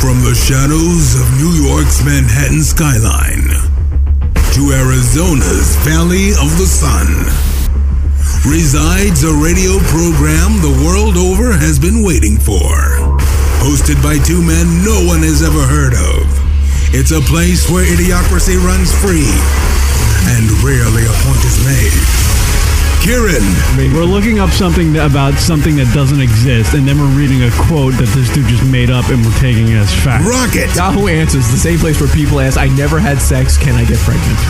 From the shadows of New York's Manhattan skyline to Arizona's Valley of the Sun resides a radio program the world over has been waiting for. Hosted by two men no one has ever heard of. It's a place where idiocracy runs free and rarely a point is made. Kieran We're looking up something that, about something that doesn't exist, and then we're reading a quote that this dude just made up, and we're taking it as fact. Rocket Yahoo Answers, the same place where people ask, I never had sex, can I get pregnant?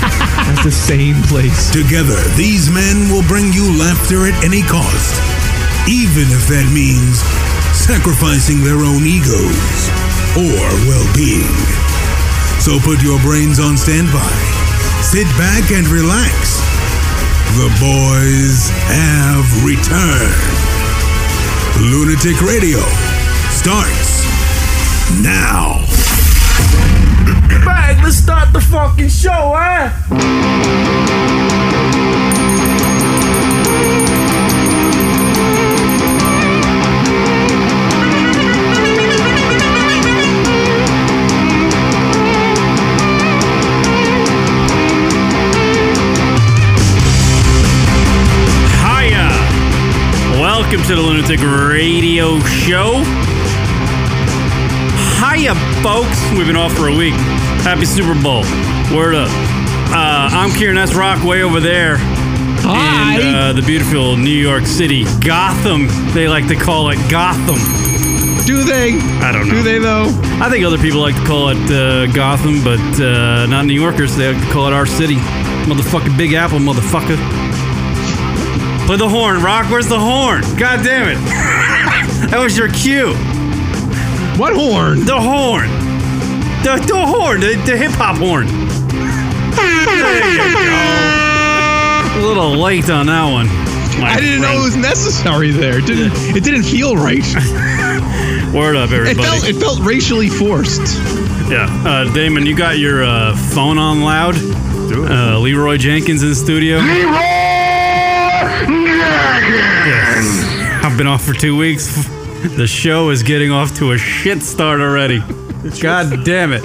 That's the same place. Together, these men will bring you laughter at any cost, even if that means sacrificing their own egos or well being. So put your brains on standby, sit back, and relax. The boys have returned. Lunatic Radio starts now. Bang, let's start the fucking show, eh? Hiya! Welcome to the Lunatic Radio Show. Hiya, folks. We've been off for a week. Happy Super Bowl. Word up. Uh, I'm Kieran S. Rock, way over there. Hi. In uh, the beautiful New York City. Gotham, they like to call it Gotham. Do they? I don't know. Do they, though? I think other people like to call it uh, Gotham, but uh, not New Yorkers. They like to call it our city. Motherfucking Big Apple, motherfucker. Play the horn, Rock. Where's the horn? God damn it. that was your cue. What horn? The horn. The, the horn. The, the hip hop horn. There you go. A little late on that one. my I didn't know it friend. was necessary there. It didn't, it didn't feel right. Word up, It everybody. felt, it felt racially forced. Yeah, uh, Damon, you got your uh, phone on loud. Uh, Leroy Jenkins in the studio. Leroy Yes. I've been off for two weeks. The show is getting off to a shit start already. God damn it!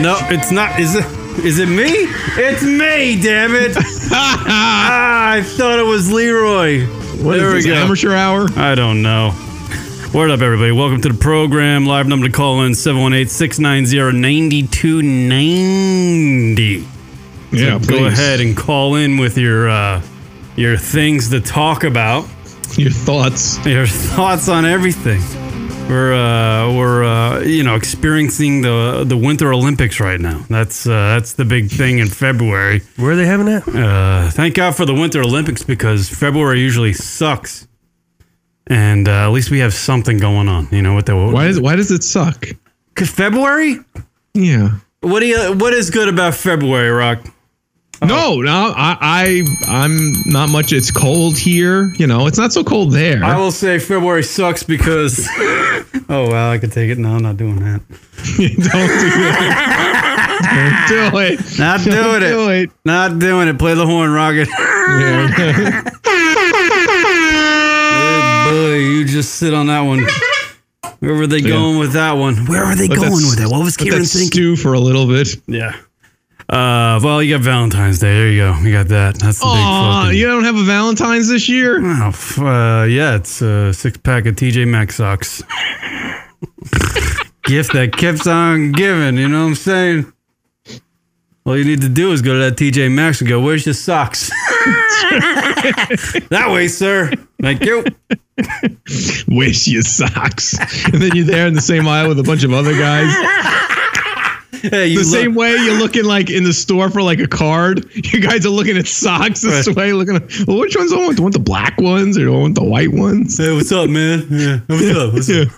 No, it's not. Is it? Is it me? It's me, damn it! ah, I thought it was Leroy. What is there this, we go. Amateur hour? I don't know. Word up, everybody. Welcome to the program. Live number to call in 718 690 9290. Yeah, Go ahead and call in with your, uh, your things to talk about, Your thoughts. your thoughts on everything. We're, uh, we're uh, you know, experiencing the, the Winter Olympics right now. That's, uh, that's the big thing in February. Where are they having that? Uh, thank God for the Winter Olympics because February usually sucks. And uh, at least we have something going on, you know, with the Why, is, why does it suck? 'Cause February? Yeah. What do you what is good about February, Rock? Oh. No, no, I, I, I'm not much. It's cold here. You know, it's not so cold there. I will say February sucks because Oh well, I could take it. No, I'm not doing that. don't do it. don't do it. Not Don't doing it. do it. Not doing it. Play the horn, Rocket. Yeah. Boy, you just sit on that one. Where were they going with that one? Where are they Let that going s- with it? What was let Kieran that thinking? Stew for a little bit. Yeah. Uh, well, you got Valentine's Day. There you go. You got that. That's the Aw, big fucking. you don't have a Valentine's this year? Oh, f- uh, yeah, it's a six pack of TJ Maxx socks. Gift that keeps on giving. You know what I'm saying? All you need to do is go to that TJ Maxx and go, "Where's your socks?" that way, sir. Thank you. Wish you socks. and then you're there in the same aisle with a bunch of other guys. Hey, you The look- same way you're looking like in the store for like a card. You guys are looking at socks this Right. way. Looking, at, well, which ones do I want? Do I want the black ones or do I want the white ones? Hey, what's up, man? Yeah. What's up? What's Yeah. up?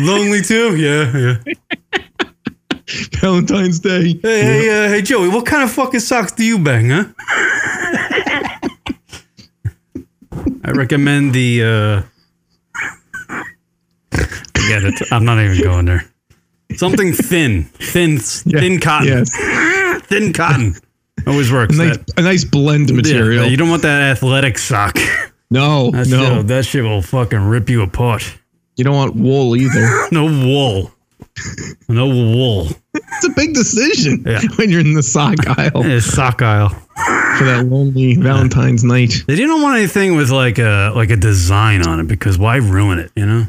Lonely too? Yeah, yeah. Valentine's Day. Hey, hey, uh, hey, Joey, what kind of fucking socks do you bang, huh? I recommend the. uh Forget it. I'm not even going there. Something thin, thin, Yeah. thin cotton, Yes. thin cotton. Always works. nice, That- a nice blend material. yeah, you don't want that athletic sock. no, That no, shit'll- that shit will fucking rip you apart. you don't want wool either. No wool. No wool. It's a big decision Yeah. when you're in the sock aisle Yeah, sock aisle. for that lonely Valentine's night. They didn't want anything with like a like a design on it because why ruin it? You know.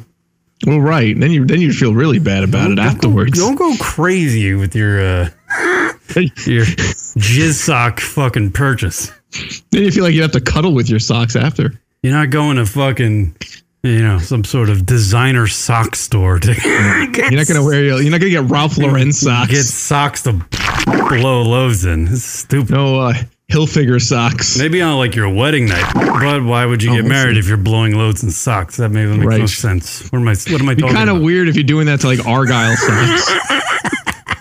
Well, right. Then you then you feel really bad about it afterwards. Don't go crazy with your uh, your jizz sock fucking purchase. Then you feel like you have to cuddle with your socks after. You're not going to fucking you know some sort of designer sock store to You're not gonna wear your, you're not gonna get Ralph Lauren socks. get socks to blow loaves in. It's stupid. no uh, Hilfiger socks. Maybe on like your wedding night, but why would you get married if you're blowing loads in socks? That maybe makes no Oh, Right. sense. What am I? What am I Be talking kind about? of weird if you're doing that to like Argyle socks.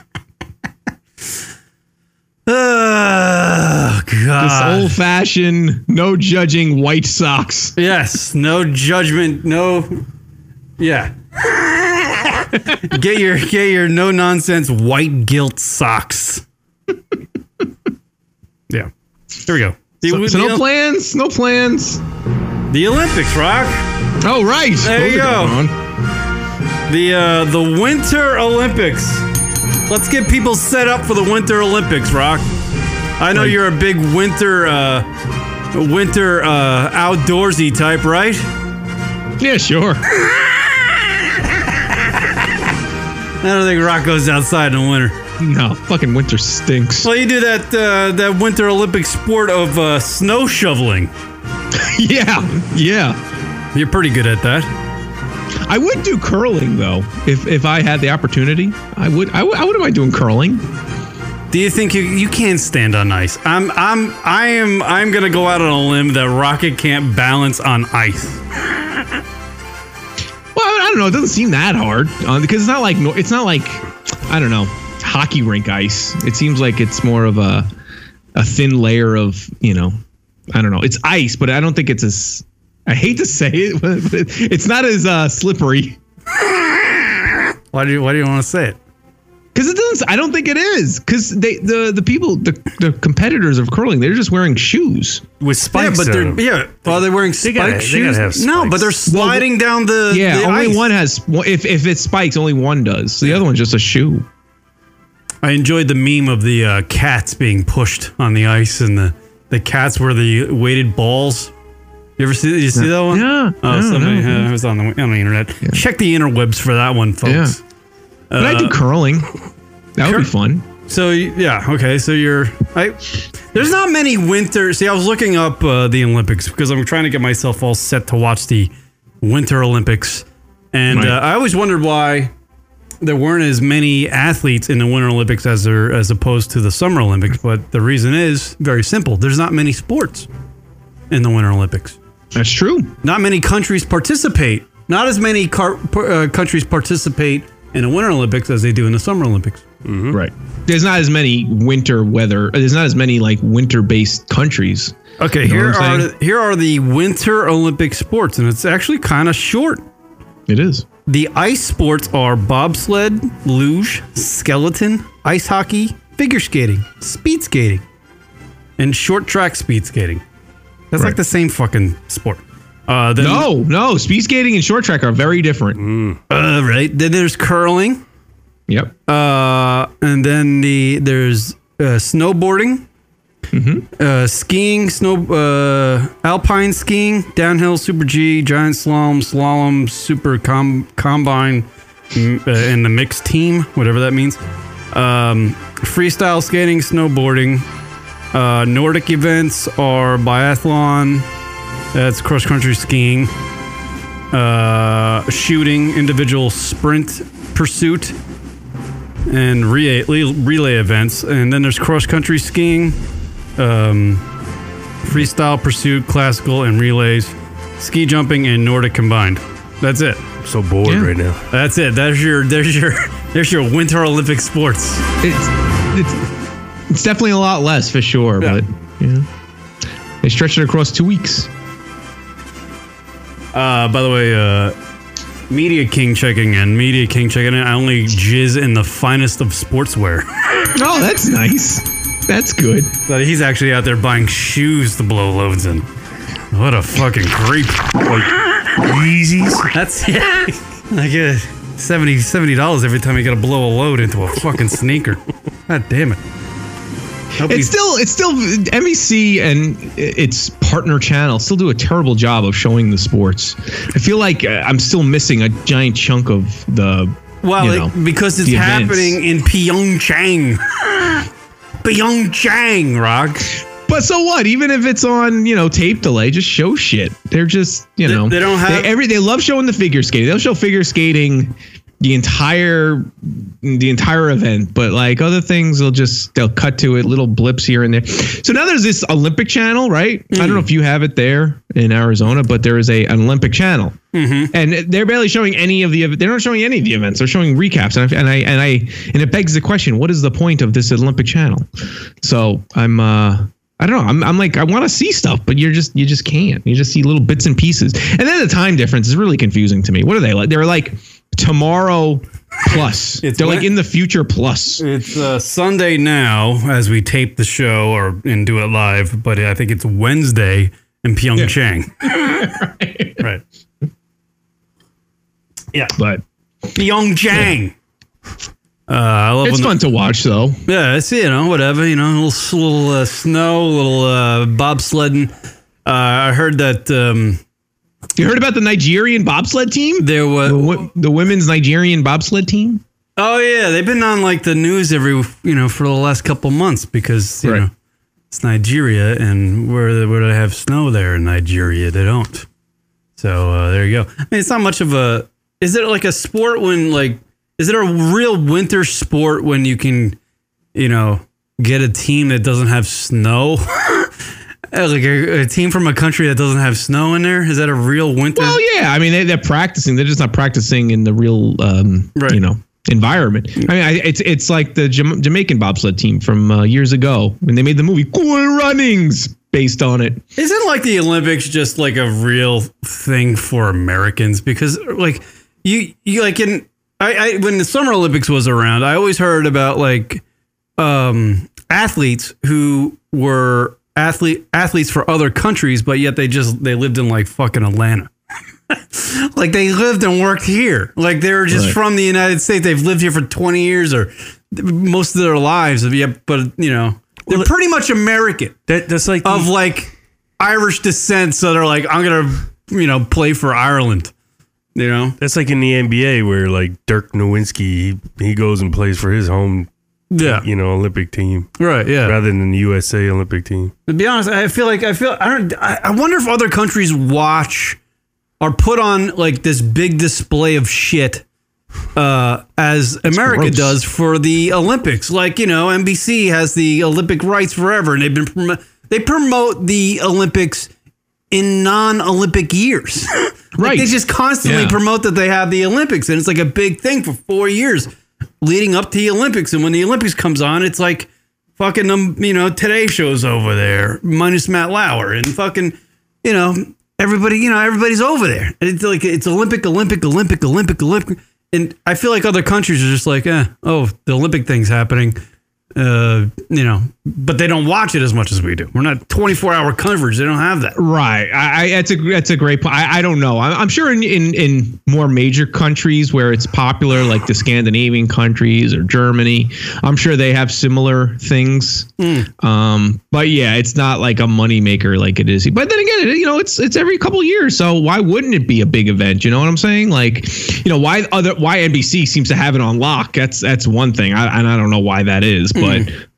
Oh Just God! old fashioned, no judging white socks. yes, no judgment, no. Yeah. get your get your no nonsense white guilt socks. yeah, there we go. The, So, the, uh, so no plans, no plans. the Olympics, rock. Oh right, There Those you are going on. The uh, the Winter Olympics. Let's get people set up for the Winter Olympics, rock. I know you're a big winter uh, winter uh, outdoorsy type, right? Yeah, sure. I don't think Rock goes outside in the winter. No, fucking winter stinks. Well, you do that uh, that Winter Olympic sport of uh, snow shoveling. Yeah, yeah. You're pretty good at that. I would do curling though, if if I had the opportunity. I would. I would. I wouldn't mind doing curling. Do you think you you can stand on ice? I'm I'm I am I'm gonna go out on a limb that Rocket can't balance on ice. Well, I don't know. It doesn't seem that hard uh, because it's not like no- it's not like I don't know hockey rink ice. It seems like it's more of a a thin layer of you know I don't know. It's ice, but I don't think it's as I hate to say it, but it's not as uh, slippery Why do you Why do you want to say it? because it doesn't. I don't think it is because they the the people the, the competitors of curling they're just wearing shoes. with Yeah, spikes. but in they're them. yeah. Are they wearing spike gotta- they shoes? gotta have No, but spikes. they're sliding down the Yeah, the only ice. one has if if it's spikes, only one does. The other one's just a shoe. I enjoyed the meme of the uh, cats being pushed on the ice, and the the cats were the weighted balls. You ever see? You see that one? Yeah, Oh, no, somebody no. uh, it was on the on the internet. Check the interwebs for that one, folks. But I Uh-huh. do curling. That would be fun. So yeah, okay. So you're I. There's not many winter. See, I was looking up uh, the Olympics because I'm trying to get myself all set to watch the Winter Olympics, and Right. uh, I always wondered why there weren't as many athletes in the Winter Olympics as there as opposed to the Summer Olympics. But the reason is very simple. There's not many sports in the Winter Olympics. That's true. not many countries participate. Not as many car, par- uh, countries participate in the Winter Olympics as they do in the Summer Olympics. Right. There's not as many winter weather. There's not as many like winter based countries. Okay, know here what I'm are here are the Winter Olympic sports, and it's actually kind of short. It is. The ice sports are bobsled, luge, skeleton, ice hockey, figure skating, speed skating, and short track speed skating. That's like Right. the same fucking sport. Uh, then, No, no. Speed skating and short track are very different. uh, right. Then there's curling. Yep. Uh, and then the there's uh, snowboarding, uh, skiing, snow, uh, alpine skiing, downhill, super G, giant slalom, slalom, super com- combine, m- uh, and the mixed team, whatever that means. Um, freestyle skating, snowboarding. Uh, Nordic events are biathlon. That's cross country skiing. Uh, shooting, individual sprint pursuit, and relay, le- relay events. And then there's cross country skiing, um, freestyle pursuit, classical, and relays, ski jumping, and Nordic combined. That's it. I'm so bored Yeah. right now. That's it. There's your there's your there's your Winter Olympic sports. It's it's it's definitely a lot less for sure. Yeah. But yeah, they stretch it across two weeks. Uh, by the way, uh, Media King checking in. Media King checking in. I only jizz in the finest of sportswear. Oh, that's nice. That's good. so he's actually out there buying shoes to blow loads in. What a fucking creep. Yeezys. That's like a 70 dollars every time you got to blow a load into a fucking sneaker. God damn it! Help me- It's still it's still MEC and its partner channel still do a terrible job of showing the sports. I feel like uh, I'm still missing a giant chunk of the. well you it- know, because it's the events. happening in Pyeongchang. Pyeongchang, rock. But so what? Even if it's on, you know, tape delay, just show shit. They're just, you They- know, they don't have- every. They love showing the figure skating. They'll show figure skating the entire the entire event, but like other things, they'll just they'll cut to it, little blips here and there. So now there's this Olympic channel, right? I Hmm. don't know if you have it there in Arizona, but there is a an Olympic channel, and they're barely showing any of the. ev- They're not showing any of the events. They're showing recaps, and I and I and I and it begs the question: What is the point of this Olympic channel? So I'm uh I don't know. I'm, I'm like I want to see stuff, but you're just you just can't. You just see little bits and pieces, and then the time difference is really confusing to me. What are they like? They're like tomorrow plus. It's They're like when- in the future plus. It's uh, Sunday now as we tape the show or and do it live, but I think it's Wednesday in Pyeongchang. right. But Pyeongchang. Uh, I love it's when the- fun to watch though. Yeah, it's you know whatever you know, a little s- little uh, snow, a little uh, bobsledding. Uh, I heard that um, You heard about the Nigerian bobsled team? there was. The, wo- the women's Nigerian bobsled team. Oh yeah, they've been on like the news every you know for the last couple months because you Right. know it's Nigeria and where where they have snow there in Nigeria they don't. So uh, there you go. I mean, it's not much of a. Is it like a sport when like is it a real winter sport when you can you know get a team that doesn't have snow? like a, a team from a country that doesn't have snow in there? Is that a real winter? Well, Oh, yeah. I mean, they, they're practicing. They're just not practicing in the real, um, Right. you know, environment. I mean, I, it's it's like the Jama- Jamaican bobsled team from uh, years ago when they made the movie Cool Runnings based on it. Isn't like the Olympics just like a real thing for Americans? Because like you, you like in I, I when the Summer Olympics was around, I always heard about like um athletes who were athlete athletes for other countries, but yet they just they lived in like fucking Atlanta. like they lived and worked here. Like they were just Right. from the United States. They've lived here for twenty years or most of their lives. Yeah, but you know they're pretty much American That, that's like of the, like Irish descent, so they're like, I'm gonna, you know, play for Ireland. You know, that's like in the NBA where like Dirk Nowinski he, he goes and plays for his home yeah, you know Olympic team right, yeah. rather than the USA Olympic team. To be honest, I feel like I feel I don't. I, I wonder if other countries watch or put on like this big display of shit uh, as America gross. does for the Olympics. Like you know, NBC has the Olympic rights forever, and they've been promo- they promote the Olympics in non-Olympic years. Like, Right. they just constantly Yeah. promote that they have the Olympics, and it's like a big thing for four years leading up to the Olympics. And when the Olympics comes on, it's like fucking um, you know Today Show's over there minus Matt Lauer and fucking you know everybody you know everybody's over there. And It's like it's Olympic, Olympic, Olympic, Olympic, Olympic. And I feel like other countries are just like, eh, oh, the Olympic thing's happening. Uh, you know, but they don't watch it as much as we do. We're not 24 hour coverage. They don't have that. Right. I, I that's a that's a great point. I, I don't know. I, I'm sure in, in in more major countries where it's popular, like the Scandinavian countries or Germany, I'm sure they have similar things. Um, but yeah, it's not like a moneymaker like it is. But then again, it- you know, it's it's every couple years, so why wouldn't it be a big event? You know what I'm saying? Like, you know, why other why NBC seems to have it on lock? That's that's one thing. I, and I don't know why that is, but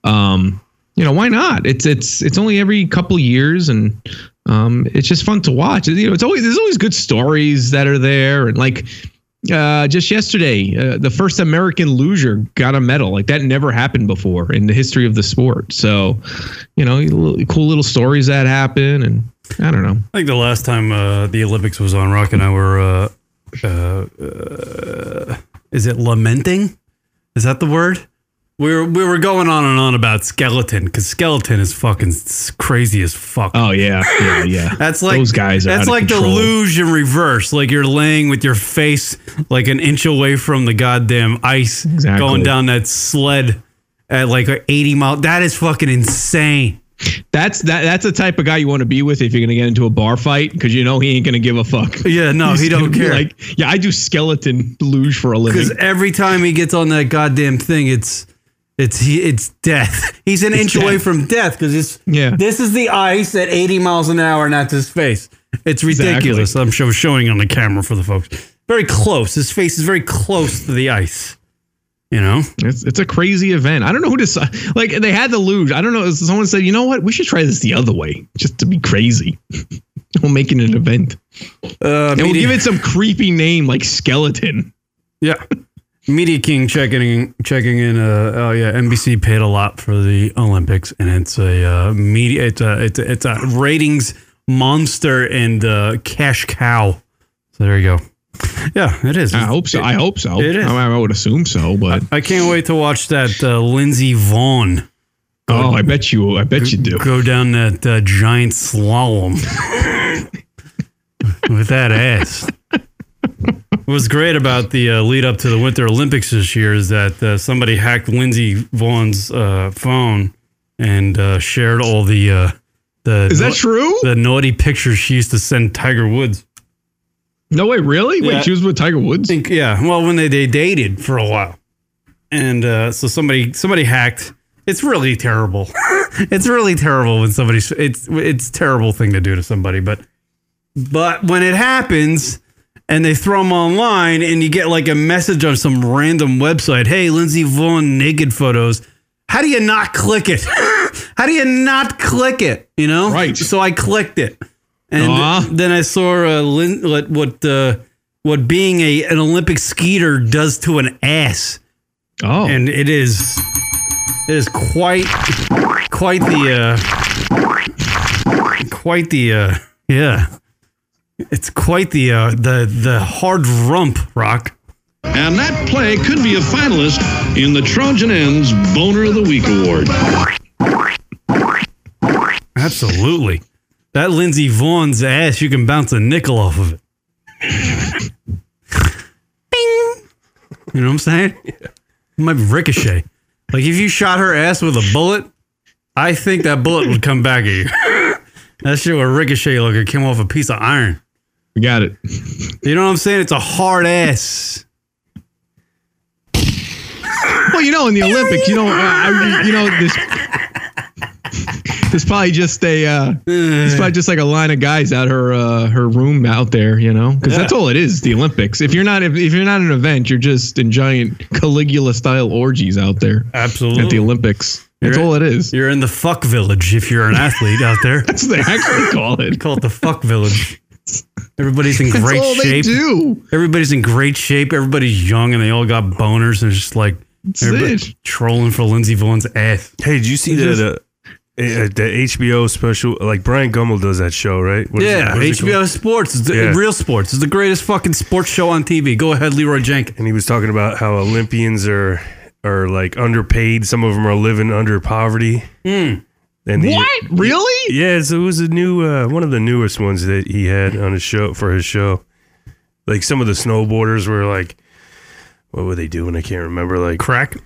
um, you know, why not? It's it's it's only every couple years and um, it's just fun to watch. You know, it's always there's always good stories that are there, and like uh, just yesterday, uh, the first American loser got a medal. Like that never happened before in the history of the sport. So, you know, little- cool little stories that happen, and I don't know. I think the last time uh, the Olympics was on, Rock and I were, uh, uh, uh, is it lamenting? Is that the word? We were, we were going on and on about skeleton because skeleton is fucking s- crazy as fuck. Oh yeah, yeah, yeah. That's like those guys. Are that's like the luge in reverse. Like you're laying with your face like an inch away from the goddamn ice, Exactly. going down that sled at like 80 mile. That is fucking insane. That's that. That's the type of guy you want to be with if you're gonna get into a bar fight because you know he ain't gonna give a fuck. Yeah, no, He's he gonna don't be care. Like, yeah, I do skeleton luge for a living. Because every time he gets on that goddamn thing, it's it's he it's death. He's an inch away death. from death because it's Yeah. This is the ice at 80 miles an hour, and that's his face. It's ridiculous. I'm sure showing on the camera for the folks. Very close. His face is very close to the ice. You know, It's, it's a crazy event. I don't know who decided. Like they had the luge. I don't know. Someone said, you know what? We should try this the other way, just to be crazy. we'll make it an event, uh, and we'll media, give it some creepy name like skeleton. yeah. Media King checking in, checking in. Uh, oh yeah, NBC paid a lot for the Olympics, and it's a uh, media. It's a it's a, it's a ratings monster and uh, cash cow. So there you go. Yeah, it is. I hope so. I hope so. It is. I, I would assume so, but I can't wait to watch that uh, Lindsey Vaughn. oh, I bet you. I bet you do. go down that uh, giant slalom with that ass. What's great about the uh, lead up to the Winter Olympics this year is that uh, somebody hacked Lindsey Vaughn's uh, phone and uh, shared all the uh, the Is that na- true? the naughty pictures she used to send Tiger Woods. No way. Really? Yeah. Wait, she was with Tiger Woods. think yeah. Well, when they, they dated for a while, and uh, so somebody somebody hacked. It's really terrible. it's really terrible when somebody's it's it's a terrible thing to do to somebody, but but when it happens and they throw them online and you get like a message on some random website, hey, Lindsay Vaughn naked photos. How do you not click it? How do you not click it? You know, Right. So I clicked it, and Aw. then I saw uh, Lin- what what uh, what being a an Olympic skeeter does to an ass, Oh, and it is it is quite quite the uh, quite the uh, yeah, it's quite the uh, the the hard rump rock. And that play could be a finalist in the Trojan Ends Boner of the Week Award. Absolutely, that Lindsey Vaughn's ass. You can bounce a nickel off of it. Bing. You know what I'm saying? It might ricochet. Like if you shot her ass with a bullet, I think that bullet would come back at you. that shit would ricochet like it came off a piece of iron. we got it. You know what I'm saying? It's a hard ass. Well, you know, in the Olympics, you know, uh, I- you know this. There's probably just a, uh, it's probably just like a line of guys at her uh, her room out there, you know, because that's all it is. The Olympics. If you're not if, if you're not an event, you're just in giant Caligula style orgies out there Absolutely. at the Olympics. That's all it is. You're in the fuck village if you're an athlete out there. That's what they actually call it. Call it the fuck village. Everybody's in That's great all shape. they do. Everybody's in great shape. Everybody's young, and they all got boners. And it's just like That's everybody it. trolling for Lindsey Vaughn's ass. Hey, did you see that? Uh, eh, uh, the HBO special, like Brian Gummel does that show, right? What is it- Yeah, what is it HBO called? Sports, is the, Yeah. real sports, is the greatest fucking sports show on TV. Go ahead, Leroy Jenkins. and he was talking about how Olympians are are like underpaid. Some of them are living under poverty. Hmm. And the, What? Really? Yeah, so it was a new uh, one of the newest ones that he had on his show for his show. Like some of the snowboarders were like, what were they doing? I can't remember. Like crack.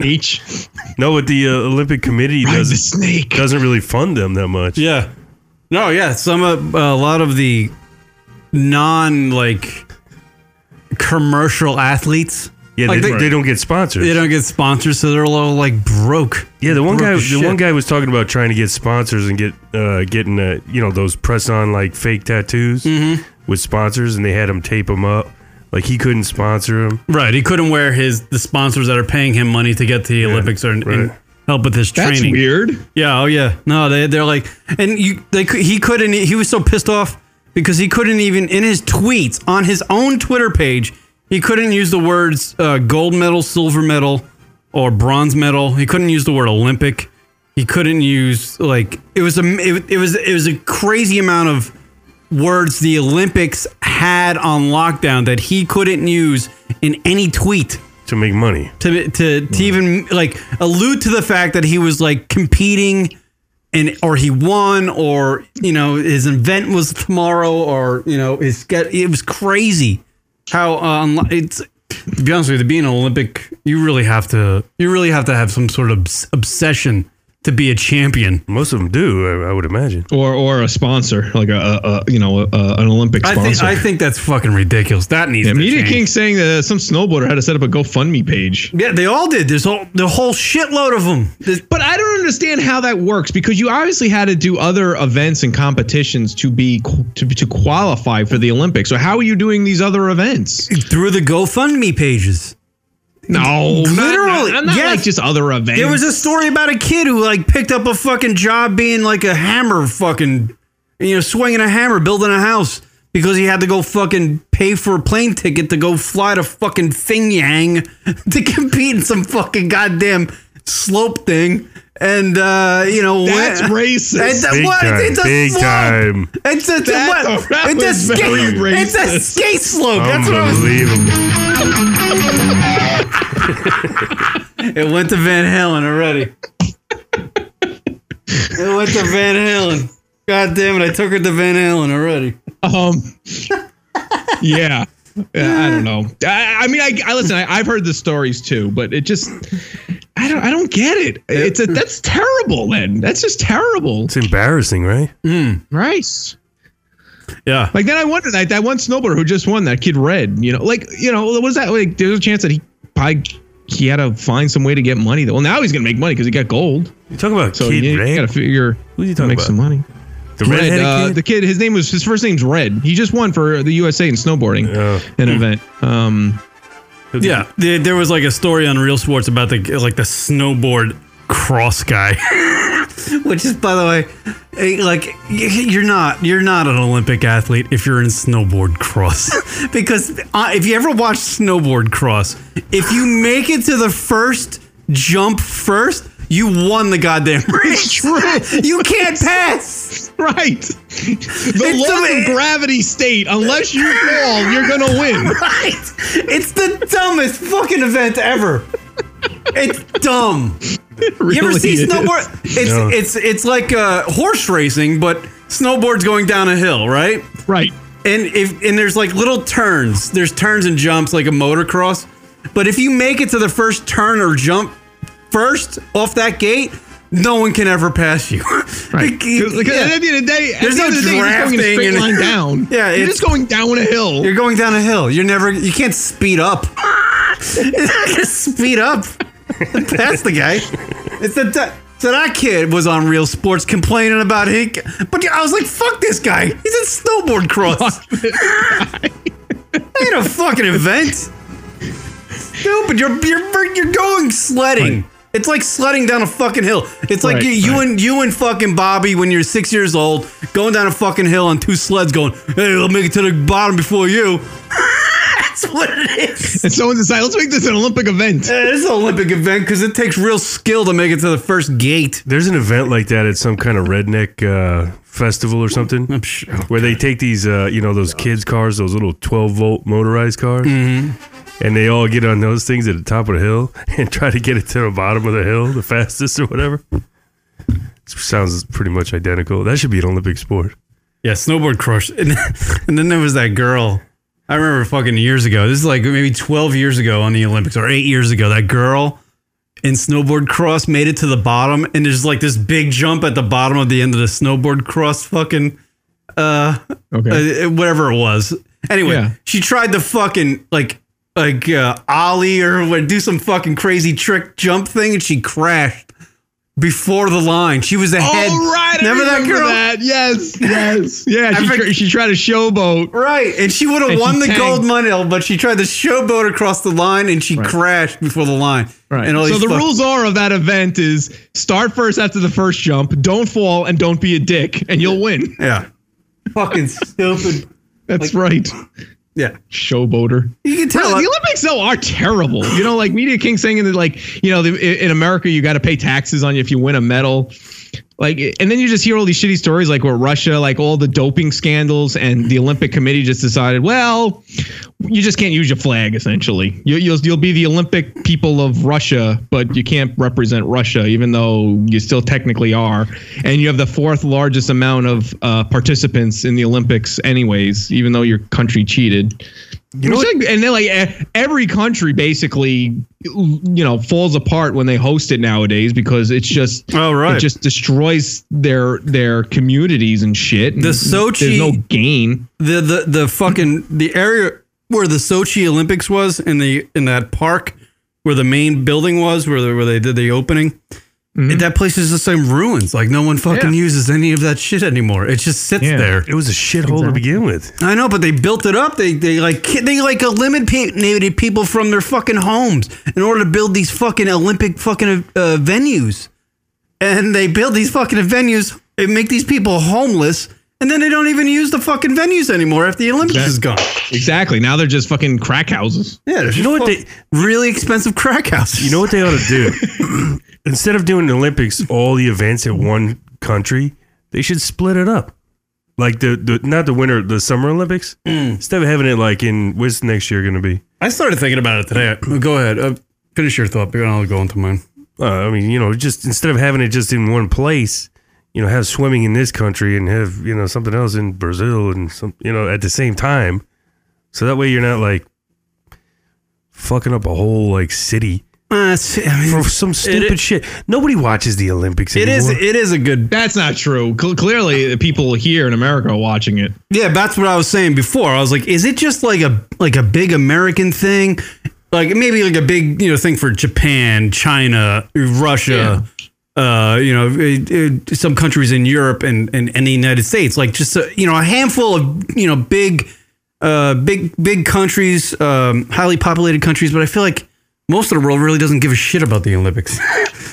Each No, but the uh, Olympic Committee ride the doesn't snake. doesn't really fund them that much. Yeah. No, yeah. Some of a lot of the non like commercial athletes Yeah, Like they, they- they don't get sponsors. they don't get sponsors, so they're a little like broke. yeah, the one Broke guy, as the shit. one guy was talking about trying to get sponsors and get uh, getting uh, you know those press on like fake tattoos Mm-hmm. with sponsors, and they had him tape them up. Like he couldn't sponsor him. Right. He couldn't wear his the sponsors that are paying him money to get to the Olympics or and right. help with his That's training. weird. Yeah, oh yeah. No, they they're like, and you they cou- he couldn't. He was so pissed off because he couldn't even in his tweets on his own Twitter page. He couldn't use the words uh, gold medal, silver medal, or bronze medal. He couldn't use the word Olympic. He couldn't use like it was a it, it was it was a crazy amount of words the Olympics had on lockdown that he couldn't use in any tweet To make money, to to to even like allude to the fact that he was like competing and or he won or you know his event was tomorrow or you know his get it was crazy how uh, unli- it's to be honest with you to be an olympic you really have to you really have to have some sort of obs- obsession to be a champion. Most of them do, I, I would imagine. or or a sponsor like a, a, a you know a, a- an Olympic I sponsor. think, I think that's fucking ridiculous. That needs yeah, to Media change. King saying that some snowboarder had to set up a GoFundMe page. Yeah, they all did. There's whole the whole shitload of them. But I don't understand how that works because you obviously had to do other events and competitions to be to, to qualify for the Olympics. So how are you doing these other events? through the GoFundMe pages. No, not- Literally, not, not yes. like just other events. There was a story about a kid who like picked up a fucking job being like a hammer fucking, you know, swinging a hammer, building a house because he had to go fucking pay for a plane ticket to go fly to fucking Fingyang to compete in some fucking goddamn slope thing. And uh, you know That's went- racist. It's a- Big what? time, It's a big slope. time. It's a, it's a That's what? a- that it's a was skate. very It's a racist. skate slope. That's what I was. Unbelievable. It went to Van Halen already. it went to Van Halen. God damn it! I took it to Van Halen already. Um, yeah. Yeah, I don't know. I, I mean, I, I listen. I, I've heard the stories too, but it just, I don't, I don't get it. It's a, that's terrible. Then that's just terrible. It's embarrassing, right? Right. Yeah. Like then I wonder that that one snowboarder who just won that kid Red. You know, like you know, what was that? Like there's a chance that he probably he had to find some way to get money. Well, now he's gonna make money because he got gold. You talking about So Kid you, Red? got to figure Who's to he talking make about? some money. the Red, redheaded uh, kid? the kid, his name was his first name's Red. He just won for the USA in snowboarding, Oh. an event. Um, Yeah, there, there was like a story on Real Sports about the like the snowboard cross guy, which is by the way, eh, like y- you're not you're not an Olympic athlete if you're in snowboard cross because uh, if you ever watch snowboard cross, if you make it to the first jump first, you won the goddamn race. you can't pass. Right. The It's laws the- of gravity state, unless you fall, you're going to win. Right? It's the dumbest fucking event ever. It's dumb. You ever see snowboard? It's No. it's it's like uh, horse racing, but snowboards going down a hill, right? Right. And if and there's like little turns. There's turns and jumps like a motocross. But if you make it to the first turn or jump first off that gate, no one can ever pass you. Right. Because yeah. at the end of the day, at There's the no end of the day, you're just going in a drafting straight and- line down. Yeah, You're it's- just going down a hill. You're going down a hill. You're never. You can't speed up. You're not gonna speed up. That's the guy. It's the. du- So that kid was on Real Sports complaining about he. But I was like, "Fuck this guy. He's in snowboard cross. Ain't a fucking event. Stupid. You're you're you're going sledding." It's like sledding down a fucking hill. It's like Right, you, you right. and you and fucking Bobby when you're six years old going down a fucking hill on two sleds, going, "Hey, I'll make it to the bottom before you." That's what it is. and someone decided, let's make this an Olympic event. It's an Olympic event because it takes real skill to make it to the first gate. There's an event like that at some kind of redneck uh, festival or something. I'm sure. Where they take these, uh, you know, those kids' cars, those little 12 volt motorized cars, Mm-hmm. and they all get on those things at the top of the hill and try to get it to the bottom of the hill the fastest or whatever. Sounds pretty much identical. That should be an Olympic sport. Yeah, snowboard crush. And, and then there was that girl. I remember fucking years ago. This is like maybe 12 years ago on the Olympics or eight years ago. That girl in snowboard cross made it to the bottom. And there's like this big jump at the bottom of the end of the snowboard cross fucking Okay. uh, whatever it was. Anyway, Yeah. she tried to fucking like like uh, ollie or what- do some fucking crazy trick jump thing, and she crashed before the line. She was ahead. All right. I remember that remember girl? that. Yes. Yes. Yeah. I She, forg- tr- she tried to showboat. Right, and she would have And won she the tanked. gold medal, but she tried to showboat across the line, and she crashed before the line. Right. and all so these the fuck- rules are of that event is start first after the first jump, don't fall, and don't be a dick, and you'll win. yeah, fucking stupid. That's right. Yeah, Showboater. you can tell. uh, Really, I- the Olympics though are terrible. You know, like Media King saying that, like you know, the, in America you got to pay taxes on you if you win a medal. Like, and then you just hear all these shitty stories, like where Russia, like all the doping scandals, and the Olympic Committee just decided, well, you just can't use your flag. Essentially, you, you'll you'll be the Olympic people of Russia, but you can't represent Russia, even though you still technically are. And you have the fourth largest amount of uh, participants in the Olympics, anyways, even though your country cheated. Which, like, and then like e- every country basically you know falls apart when they host it nowadays because it's just Oh, right. it just destroys their their communities and shit. And The there's Sochi- no gain. the the the fucking the area where the Sochi Olympics was in the in that park where the main building was where the, where they did the opening. Mm-hmm. That place is the same ruins. Like no one fucking uses any of that shit anymore. It just sits Yeah. there. It was a shithole to begin with. I know, but they built it up. They they like ki- they like eliminated people from their fucking homes in order to build these fucking Olympic fucking uh, venues, and they build these fucking venues and make these people homeless, and then they don't even use the fucking venues anymore after the Olympics is gone. Exactly. Now they're just fucking crack houses. Yeah, you know what? They, really expensive crack houses. You know what they ought to do? Instead of doing the Olympics, all the events at one country, they should split it up. Like the, the not the winter, the summer Olympics. Mm. Instead of having it like in where's next year going to be? I started thinking about it today. Go ahead, uh, finish your thought, and I'll go into mine. Uh, I mean, you know, just instead of having it just in one place, you know, have swimming in this country and have you know something else in Brazil and some you know at the same time. So that way you're not like fucking up a whole like city Uh, it's- I mean, for some stupid shit. Nobody watches the Olympics it anymore. is. It is a good That's not true. Cl- clearly, the people here in America are watching it. Yeah, that's what I was saying before. I was like, is it just like a like a big American thing? Like maybe like a big, you know, thing for Japan, China, Russia, uh, you know, it, it- some countries in Europe and and, and the United States. Like just a, you know, a handful of, you know, big uh big big countries, um highly populated countries, but I feel like most of the world really doesn't give a shit about the Olympics.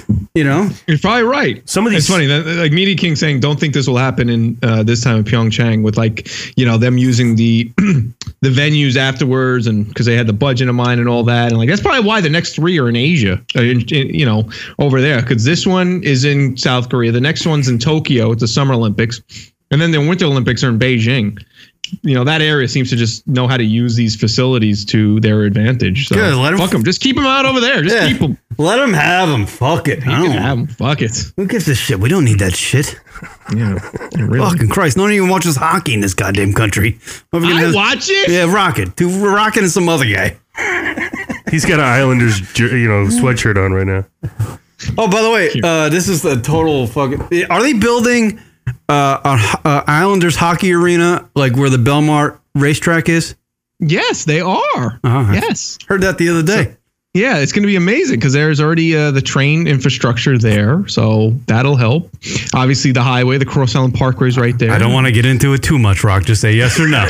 you know? You're probably right. Some of It's these- funny, that, like Media King saying, "Don't think this will happen in uh, this time of Pyeongchang." With like, you know, them using the the venues afterwards, and because they had the budget in mind and all that, and like that's probably why the next three are in Asia, uh, in, in- you know, over there, because this one is in South Korea, the next one's in Tokyo at the Summer Olympics, and then the Winter Olympics are in Beijing. You know, that area seems to just know how to use these facilities to their advantage. So Good, let 'em- fuck them. Just keep them out over there. Just keep 'em. keep them. Let them have them. Fuck it. I don't- Fuck it. Who gives a shit? We don't need that shit. Yeah. Really. Fucking Christ! No one even watches hockey in this goddamn country. What are we gonna I have- watch it. Yeah, Rocket. Dude, we're Rocket and some other guy. He's got an Islanders, jer- you know, sweatshirt on right now. Oh, by the way, uh, this is the total fucking. Are they building uh, a, ho- uh Islanders hockey arena like where the Belmar racetrack is? Yes, they are. Uh-huh. Yes. Heard that the other day. Yeah, it's going to be amazing because there's already uh, the train infrastructure there, so that'll help. Obviously, the highway, the Cross Island Parkway is right there. I don't want to get into it too much, Rock. Just say yes or no.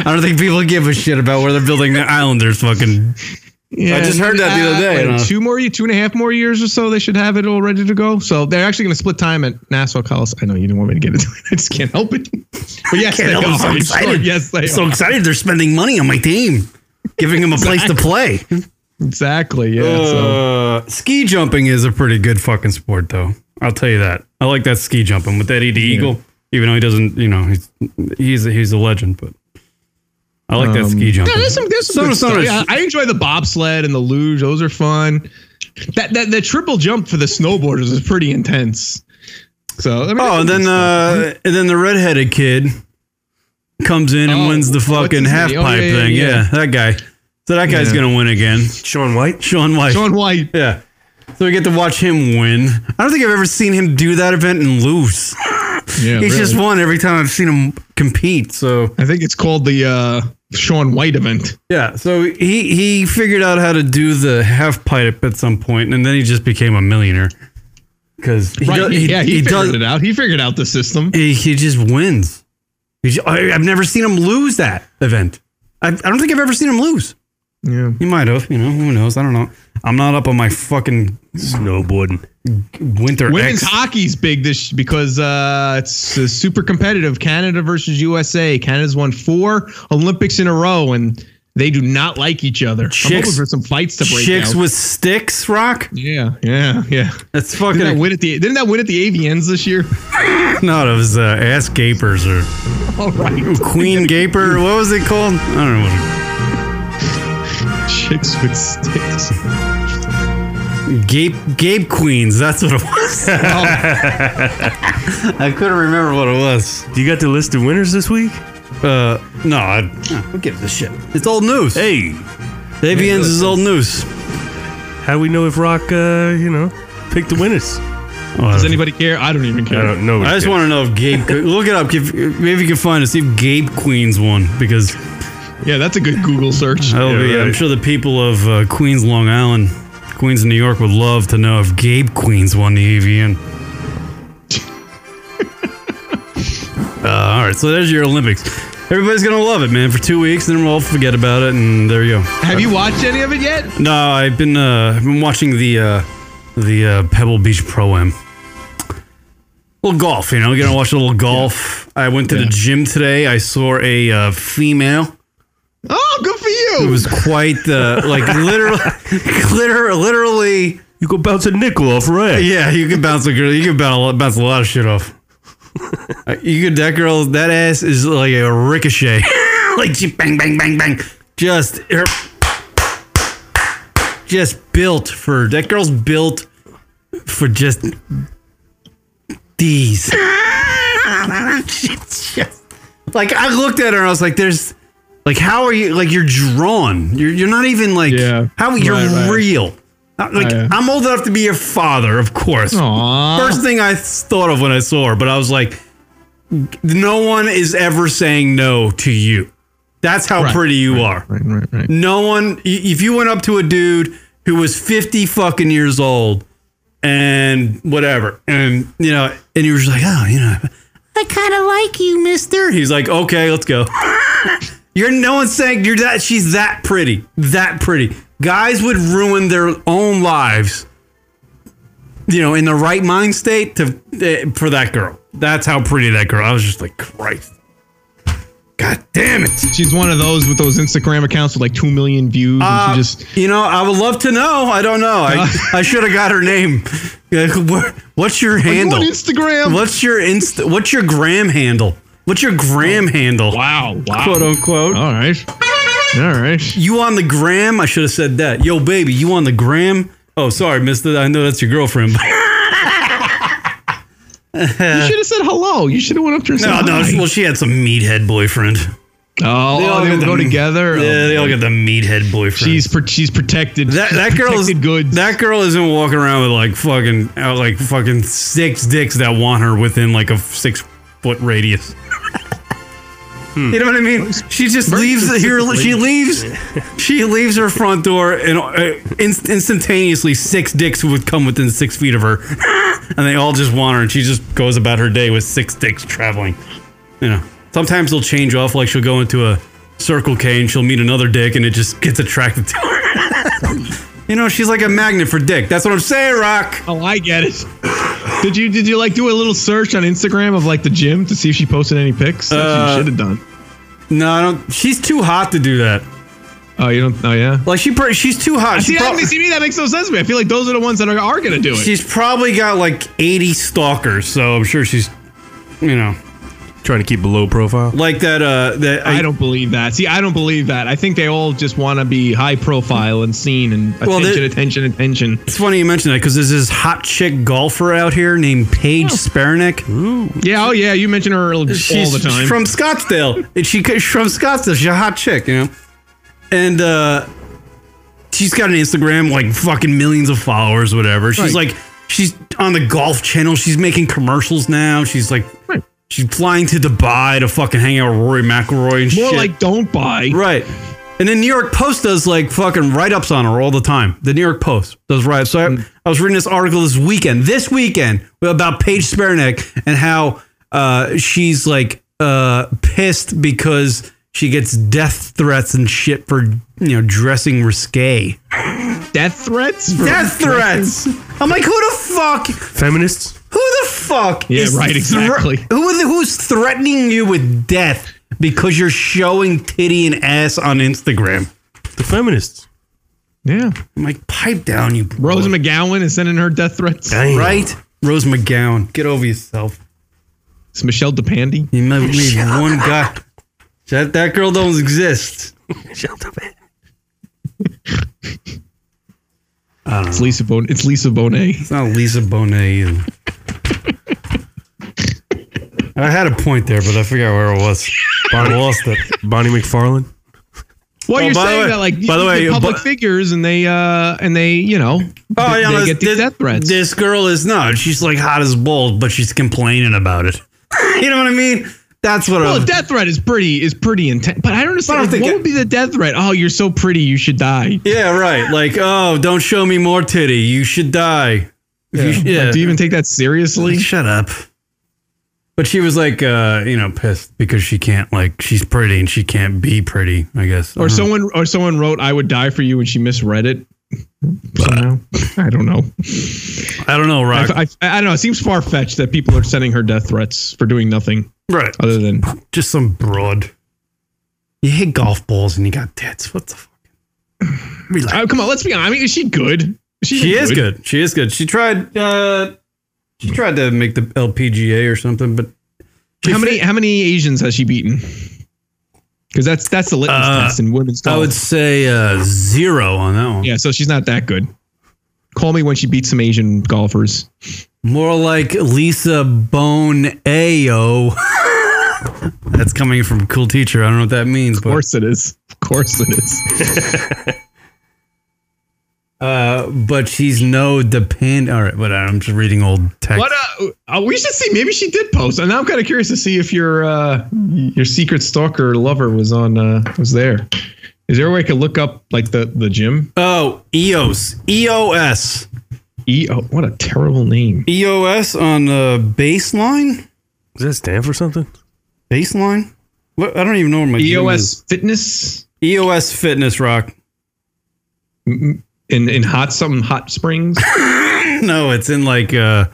I don't think people give a shit about where they're building the Islanders fucking. Yeah, I just heard that the other day, like, and, uh, two more, two and a half more years or so, they should have it all ready to go. So they're actually going to split time at Nassau College. I know you didn't want me to get into it. I just can't help it. But yes, they help it. I'm are. so Sure, excited. Yes, they So are. excited they're spending money on my team, giving them a place to play. Exactly. Yeah. so. Uh, ski jumping is a pretty good fucking sport, though. I'll tell you that. I like that ski jumping with Eddie the Eagle, even though he doesn't, you know, he's he's a, he's a legend, but I like that ski jumping. Yeah, there's some, there's some Some- good some stuff. is- Yeah, I enjoy the bobsled and the luge; those are fun. That that the triple jump for the snowboarders is pretty intense. So I mean, oh, and then uh, and then the redheaded kid comes in and Oh, wins the what's fucking his name? half Oh, pipe yeah, yeah, thing. Yeah, yeah. that guy. So that guy's gonna win again. Sean White. Sean White. Sean White. yeah. So we get to watch him win. I don't think I've ever seen him do that event and lose. Yeah, He's really. just won every time I've seen him compete. So I think it's called the uh, Sean White event. Yeah, so he he figured out how to do the half pipe at some point, and then he just became a millionaire because he, Right? do- he- he, yeah, he, he figured does it out. He figured out the system. he, he just wins. He ju- I, have never seen him lose that event. I, I don't think I've ever seen him lose. Yeah. He might have, you know, who knows? I don't know. I'm not up on my fucking Snowboarding. winter. Women's X. hockey's big this because uh, it's uh, super competitive. Canada versus USA. Canada's won four Olympics in a row, and they do not like each other. I'm Chicks- hoping for some fights to break chicks out. with sticks, rock. yeah, yeah, yeah. That's Didn't that fucking win at the didn't that win at the AVNs this year? not. It was uh, ass gapers or All right, queen gaper. What was it called? I don't know. What it chicks with sticks. Gape Gape Queens, that's what it was. I couldn't remember what it was. You got the list of winners this week? Uh, no, I, who gives a shit? It's old news. Hey, Avians is old news. How do we know if Rock, uh, you know, picked the winners? Does anybody care? I don't even care. I don't know. I just want to know if Gabe. could- look it up. If, maybe you can find us. See if Gabe Queens won because Yeah, that's a good Google search. that'll Yeah, be, Oh, I'm right. sure the people of uh, Queens, Long Island, Queens, New York would love to know if Gabe Queens won the E AVN. uh, all right, so there's your Olympics. Everybody's gonna love it, man. For two weeks, then we'll all forget about it, and there you go. Have you watched any of it yet? No, I've been uh, I've been watching the uh, the uh, Pebble Beach Pro Am. Little golf, you know. Gonna watch a little golf. I went to the gym today. I saw a uh, female. Oh, good for It you. was quite the like literally, literally, literally. You go bounce a nickel off Ray. Yeah, you can bounce a girl. You can bounce a, lot- bounce a lot of shit off. Uh, You could that girl. That ass is like a ricochet. like she bang, bang, bang, bang. Just her. Just built for that girl's built for just these. She's just- like I looked at her and I was like, "There's." Like how are you? Like you're drawn. You're you're not even like Yeah. how you're Right, right. real. Uh, Like Oh, Yeah. I'm old enough to be your father, of course. Aw. First thing I thought of when I saw her, but I was like, no one is ever saying no to you. That's how Right, pretty you are. Right, right, right. No one. i- If you went up to a dude who was 50 fucking years old and whatever, and you know, and you were just like, oh, you know, I kind of like you, Mister. He's like, okay, let's go. You're no one's saying you're that. She's that pretty. That pretty. Guys would ruin their own lives. You know, in the right mind state to eh, for that girl. That's how pretty that girl. I was just like, Christ. God damn it. She's one of those with those Instagram accounts with like two million views, Uh, and she just you know, I would love to know. I don't know. I, I should have got her name. Like, what- What's your you handle? on Instagram. What's your insta? What's your gram handle? What's your gram handle? Oh, Wow, wow. Quote unquote. All right, all right. You on the gram? I should have said that. Yo, baby, you on the gram? Oh, sorry, Mister. I know that's your girlfriend. You should have said hello. You should have went up to her. And no, said no. hi. Well, she had some meathead boyfriend. Oh, oh, they get would the- go together. Oh, Yeah, they all got the meathead boyfriend. she's pr- she's protected. That she's that girl is protected goods. That girl isn't walking around with like fucking out like fucking six dicks that want her within like a six foot radius. You know what I mean? She just leaves here. She leaves. She leaves her front door, and uh, inst- instantaneously, six dicks would come within six feet of her, and they all just want her. And she just goes about her day with six dicks traveling. You know, sometimes they'll change off. Like she'll go into a Circle K, and she'll meet another dick, and it just gets attracted to her. You know, she's like a magnet for dick. That's what I'm saying, Rock. oh, I get it. did you did you like do a little search on Instagram of like the gym to see if she posted any pics? That's what Uh, you should have done. No, I don't. She's too hot to do that. Oh, you don't. Oh, yeah. Like she, pro- she's too hot. She See, pro- I mean, see me. That makes no sense to me. I feel like those are the ones that are, are gonna do it. she's probably got like 80 stalkers, so I'm sure she's, you know, Trying to keep a low profile. like that. Uh, that I don't believe that. See, I don't believe that. I think they all just want to be high profile and seen and attention, Well, they- attention, attention. It's funny you mention that because there's this hot chick golfer out here named Oh. Paige Spernick. Yeah, oh yeah, you mention her all the she's time. from Scottsdale. and she, she's from Scottsdale. She's a hot chick, you know? And uh, she's got an Instagram, like fucking millions of followers, whatever. She's Right. like, she's on the golf channel. She's making commercials now. She's like, Right. she's flying to Dubai to fucking hang out with Rory McIlroy and More shit. like don't buy. Right. And the New York Post does like fucking write ups on her all the time. The New York Post does write ups. So Mm. I, I was reading this article this weekend, this weekend, about Paige Spernick and how uh, she's like uh, pissed because she gets death threats and shit for, you know, dressing risque. Death threats. For Death threats! I'm like, who the fuck? Feminists? Who the fuck? Yeah, is right, thre- exactly. who are the, who's threatening you with death because you're showing titty and ass on Instagram? The feminists. Yeah. I'm like, pipe down, you Rose McGowan is sending her death threats. Damn. right? Rose McGowan, get over yourself. It's Michelle DePandy. You might need one guy. That that girl doesn't exist. It's Lisa Bon. It's Lisa Bonet. It's not Lisa Bonet either. I had a point there, but I forgot where it was. I lost it. Bonnie McFarlane? Well, Oh, you're by the saying way- that like by the they're way, public but- figures and they uh and they you know Oh yeah, they this, get these this- death threats. This girl is not. She's like hot as balls, but she's complaining about it. you know what I mean? That's what. well, I'm, a death threat is pretty is pretty intense, but I don't understand. But I like, think what it- would be the death threat? Oh, you're so pretty, you should die. yeah, right. Like, oh, don't show me more titty. You should die. If you- yeah. Like, do you even take that seriously? Like, shut up. But she was like, uh, you know, pissed because she can't like she's pretty and she can't be pretty. I guess. Or someone or someone wrote, "I would die for you," and she misread it. Somehow, I don't know. I don't know, Rock. I, I, I don't know. It seems far fetched that people are sending her death threats for doing nothing right. other than uh, Just some broad. You hit golf balls and you got tits. What the fuck? Relax. Oh, come on, let's be honest. I mean, is she good? She is good. She is good. She tried. uh She tried to make the LPGA or something, but How many how many Asians has she beaten? Because that's that's the litmus Uh, test in women's I golf. would say uh zero on that one. yeah, so she's not that good. Call me when she beats some Asian golfers. More like Lisa Bone Ayo. That's coming from Cool Teacher. I don't know what that means, Of but course it is. Of course it is. uh, but she's no depend. All right, but I'm just reading old text. What? Uh, uh, we should see. Maybe she did post. And now I'm kind of curious to see if your uh, your secret stalker lover was on uh, was there. Is there a way I could look up like the the gym? oh, EOS, EOS, E. Oh, what a terrible name. EOS E on the baseline. Does that stand for something? Baseline. What? I don't even know where my gym EOS E Fitness is. EOS Fitness Rock. in in hot something hot springs. No, it's in like uh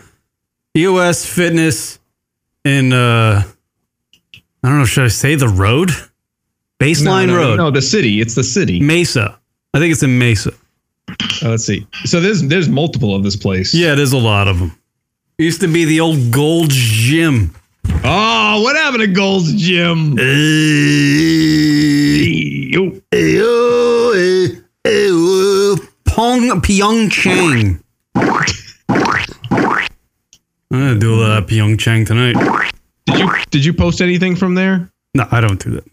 EOS Fitness in uh I don't know, should I say the road? Baseline no, no, Road. No, the city. It's the city. Mesa. I think it's in Mesa. Uh, let's see. So there's there's multiple of this place. Yeah, there's a lot of them. It used to be the old Gold Gym. Oh, what happened to Gold's Gym? Yo. Yo, eh, eh, woo. Pong Pyeongchang. I'm gonna do a lot of Pyeongchang tonight. Did you did you post anything from there? No, I don't do that.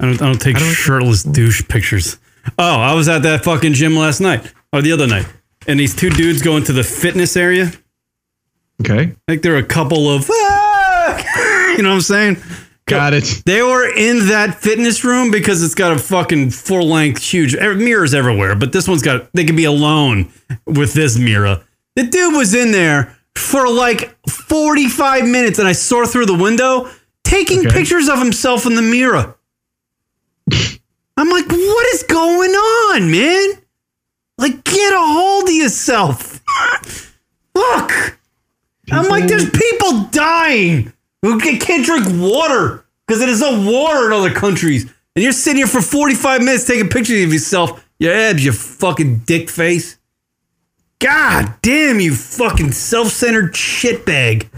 I don't, I don't take shirtless douche pictures. Oh, I was at that fucking gym last night or the other night, and these two dudes go into the fitness area. I Okay, think they're a couple of, "Ah!" you know what I'm saying? got it. They were in that fitness room because it's got a fucking full length, huge er, mirrors everywhere. But this one's got, they could be alone with this mirror. The dude was in there for like 45 minutes, and I saw through the window taking pictures of himself in the mirror. I'm like, what is going on, man? Like, get a hold of yourself. Look. I'm like, there's people dying who ca- can't drink water because it is no water in other countries. And you're sitting here for 45 minutes taking pictures of yourself, your abs, your fucking dick face. God damn, you fucking self centered shitbag.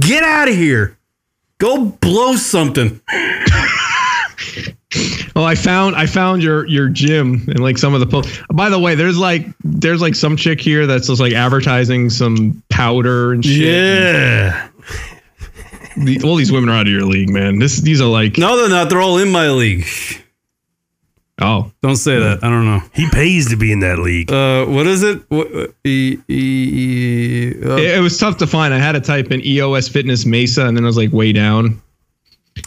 Get out of here. Go blow something. Well, I found I found your your gym and like some of the posts. By the way, there's like there's like some chick here that's just like advertising some powder and shit. Yeah. The- all these women are out of your league, man. This these are like No, they're not. They're all in my league. oh Don't say that. I don't know. He pays to be in that league. Uh, what is it? What, uh, e, e, e, uh, It, it was tough to find. I had to type in EOS Fitness Mesa, and then I was like way down.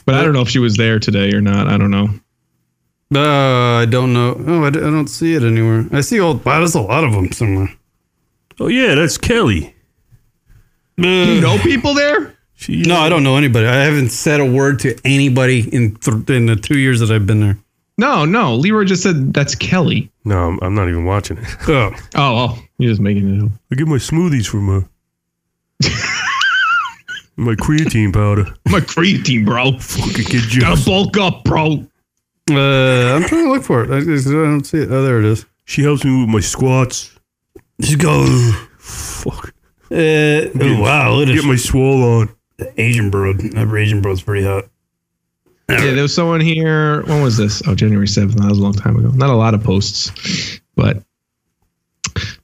But I don't know if she was there today or not. I don't know. Hmm. Uh, I don't know. Oh, I, d- I don't see it anywhere. I see all. Wow, there's a lot of them somewhere. Oh yeah, that's Kelly. You know people there? She, Mm, No, I don't know anybody. I haven't said a word to anybody in th- in the two years that I've been there. No, no. Leroy just said that's Kelly. No, I'm, I'm not even watching it. Oh, Oh, oh you're just making it up. I get my smoothies from uh, my creatine powder. I'm a creatine, bro. Fucking kid Gotta juice. bulk up, bro. Uh, I'm trying to look for it. I, I don't see it. Oh, there it is. She helps me with my squats. Let's go. Fuck. Uh, oh, wow, look Get at my swole on. Asian broad. That Asian broad's pretty hot. Yeah, there was someone here. When was this? Oh, January 7th. That was a long time ago. Not a lot of posts, but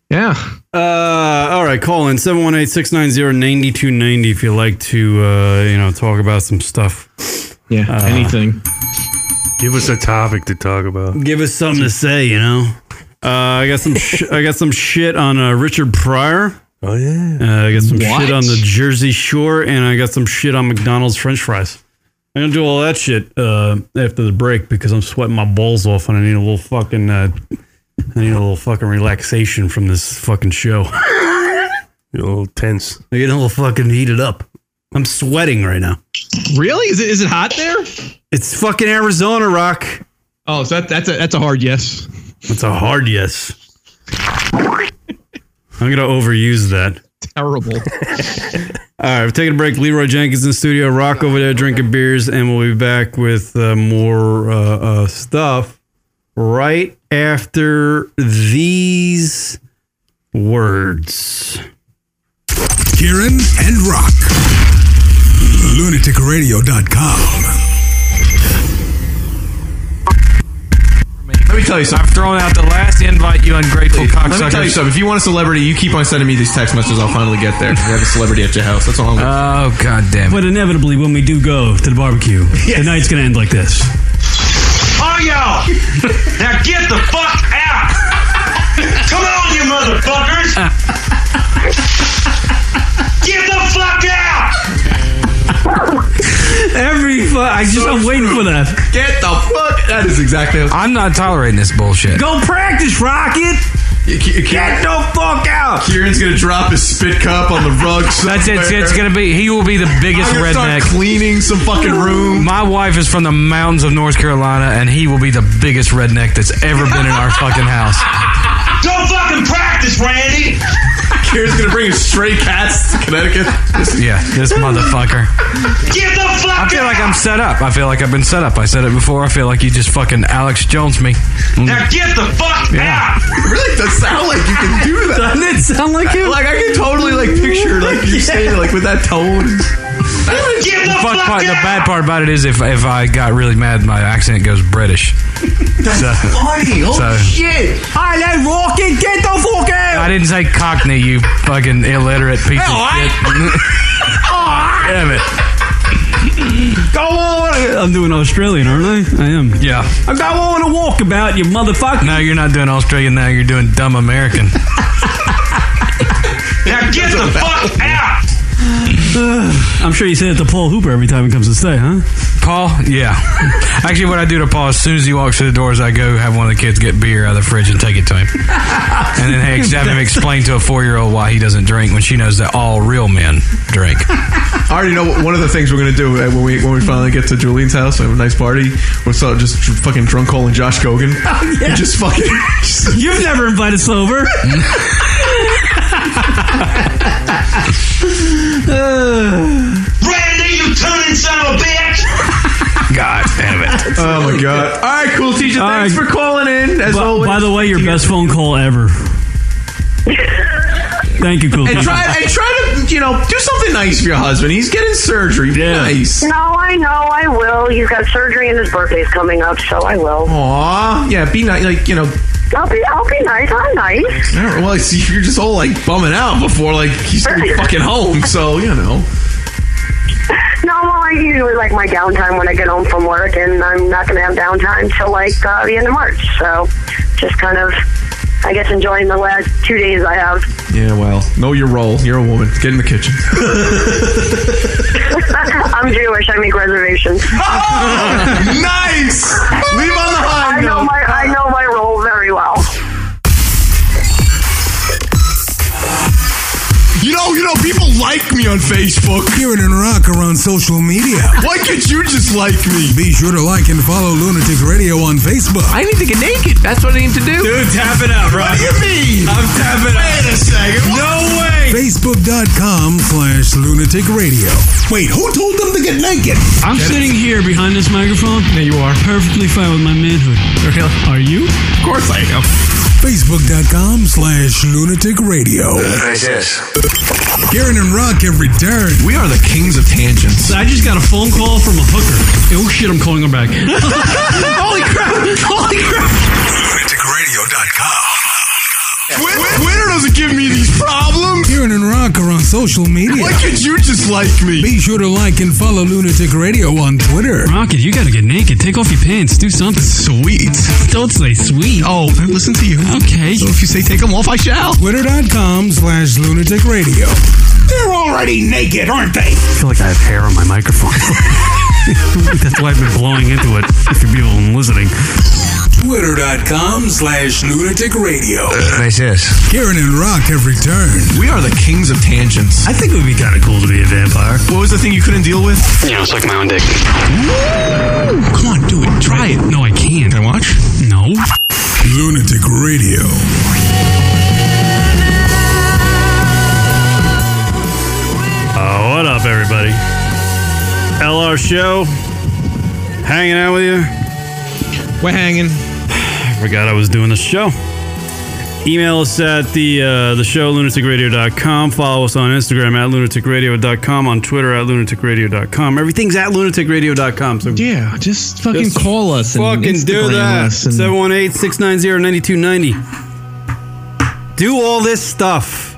yeah. Uh, all right, call in 718-690-9290 if you like to uh, you know, talk about some stuff. Yeah, anything. Give us a topic to talk about. Give us something to say, you know. Uh, I got some. Sh- I got some shit on uh, Richard Pryor. Oh yeah. Uh, I got some What? shit on the Jersey Shore, and I got some shit on McDonald's French fries. I'm gonna do all that shit uh, after the break because I'm sweating my balls off, and I need a little fucking. Uh, I need a little fucking relaxation from this fucking show. You're a little tense. I'm getting a little fucking heated up. I'm sweating right now. Really? Is it is it hot there? It's fucking Arizona rock. Oh, so that, that's a that's a hard yes. It's a hard yes. I'm gonna overuse that. Terrible. All right, we're taking a break. Leroy Jenkins in the studio, Rock over there drinking beers, and we'll be back with uh, more uh, uh, stuff right after these words. Kieran and Rock. LunaticRadio.com. Let me tell you something. I've thrown out the last invite, you ungrateful Let me tell you cocksucker. something. If you want a celebrity, you keep on sending me these text messages. I'll finally get there. You have a celebrity at your house. That's all Oh I'm. god damn it. But inevitably, when we do go to the barbecue, the night's gonna end like this. All Oh, y'all, now get the fuck out! Come on, you motherfuckers! Get the fuck out! Every fu- I just I'm waiting for that. Get the fuck. That is exactly. What I'm not tolerating this bullshit. Go practice, Rocket. you, you, Get the fuck out. Kieran's gonna drop his spit cup on the rug. That's it. somewhere. It's gonna be. He will be the biggest I'm gonna redneck. start cleaning some fucking room. My wife is from the mountains of North Carolina, and he will be the biggest redneck that's ever been in our fucking house. Go fucking practice, Randy! Kieran's gonna bring his stray cats to Connecticut. Yeah, this motherfucker. Get the I fuck feel out! like I'm set up. I feel like I've been set up. I said it before. I feel like you just fucking Alex Jones me. now get the fuck Yeah. out! really does sound like you can do that. Doesn't it sound like him? Like I can totally like picture like you saying it like with that tone. Get the, Fuck fuck, part, the out! bad part about it is if, if I got really mad, my accent goes British. Funny. Oh, Holy So- shit. I let Rocket get the fuck out. I didn't say Cockney, you fucking illiterate piece of shit. Damn it. Go on. I'm doing Australian, aren't I? I am. Yeah. I go on a walkabout, you motherfucker. No, you're not doing Australian now. You're doing dumb American. Now get the fuck out! I'm sure you say it to Paul Hooper every time he comes to stay, huh? Paul? Yeah. Actually, what I do to Paul, as soon as he walks through the doors, I go have one of the kids get beer out of the fridge and take it to him. And then I have him explain to a four year old why he doesn't drink when she knows that all real men drink. I already know what- one of the things we're gonna do uh, when we when we finally get to Julian's house. We have a nice party. We'll start just dr- fucking drunk calling Josh Gogan. And just fucking. just- You've never invited us over. Randy, you turning son of a bitch! God damn it. oh my god. All right, cool teacher. All Thanks right. for calling in. As By, always. by the way, your best phone call ever. Thank you, cool. and Keith. try and try to you know do something nice for your husband. He's getting surgery. Be Nice. No, I know I will. He's got surgery and his birthday's coming up, so I will. Aw, yeah. Be nice. Like you know. I'll be I'll be nice. I'm nice. I don't- Well, I see you're just all like bumming out before like he's gonna be fucking home. So you know. No, well, I usually like my downtime when I get home from work, and I'm not going to have downtime till like uh, the end of March. So, just kind of, I guess, enjoying the last two days I have. Yeah. Well, know your role. You're a woman. Get in the kitchen. I'm Jewish. I make reservations. nice. Leave on the high I know note. my I know my role very well. You know, you know, people like me on Facebook. Kieran and Rock are on social media. Why can't you just like me? Be sure to like and follow Lunatic Radio on Facebook. I need to get naked. That's what I need to do. Dude, tap it out, Rock. you mean? I'm tapping out. Wait a second. No way. Facebook.com slash Lunatic Radio. Wait, who told them to get naked? I'm sitting here behind this microphone. Yeah, you are. Perfectly fine with my manhood. Are you? Of course I am. Facebook.com slash Lunatic Radio. Kieran and Rock have returned. We are the kings of tangents. I just got a phone call from a hooker. Oh shit, I'm calling her back. Holy crap! Holy crap! LunaticRadio.com. Twitter doesn't give me these problems. Kieran and Rock are on social media. Why could you just like me? Be sure to like and follow Lunatic Radio on Twitter. Rocket, you gotta get naked. Take off your pants. Do something. Sweet. Don't say sweet. Oh, listen to you. Okay. So if you say take them off, I shall. Twitter.com slash lunatic radio. They're already naked, aren't they? I feel like I have hair on my microphone. That's why I've been blowing into it. If you're people listening. Twitter.com slash lunatic radio. Nice ass. Karen and Rock have returned. We are the kings of tangents. I think it would be kind of cool to be a vampire. What was the thing you couldn't deal with? Yeah, it's like my own dick. Come on, do it. Try it. No, I can't. Can I watch? No. Lunatic Radio. Uh, what up, everybody? LR Show. Hanging out with you. We're hanging. I forgot I was doing the show. Email us at the uh, the show, lunaticradio.com. Follow us on Instagram at lunaticradio.com, on Twitter at lunaticradio.com. Everything's at lunaticradio.com. So yeah, just fucking call us. and Fucking do Instagram that. us and- 718 690 9290. Do all this stuff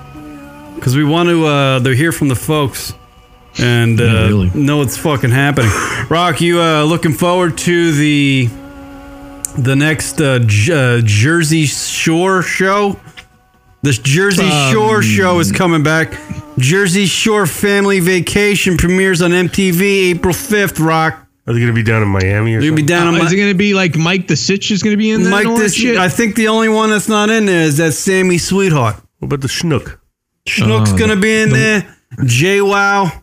because we want to uh, to hear from the folks and uh, know what's fucking happening. Rock, you uh, looking forward to the the next uh, J- uh, Jersey Shore show? This Jersey Shore Um, show is coming back. Jersey Shore Family Vacation premieres on MTV April 5th, Rock. Are they going to be down in Miami or You'll be something? down on Uh, my, is it gonna be like Mike the Sitch is gonna be in there? Mike and all that this shit? I think the only one that's not in there is that Sammy Sweetheart. What about the Schnook? Schnook's Oh, gonna be in the- there. Jay Wow.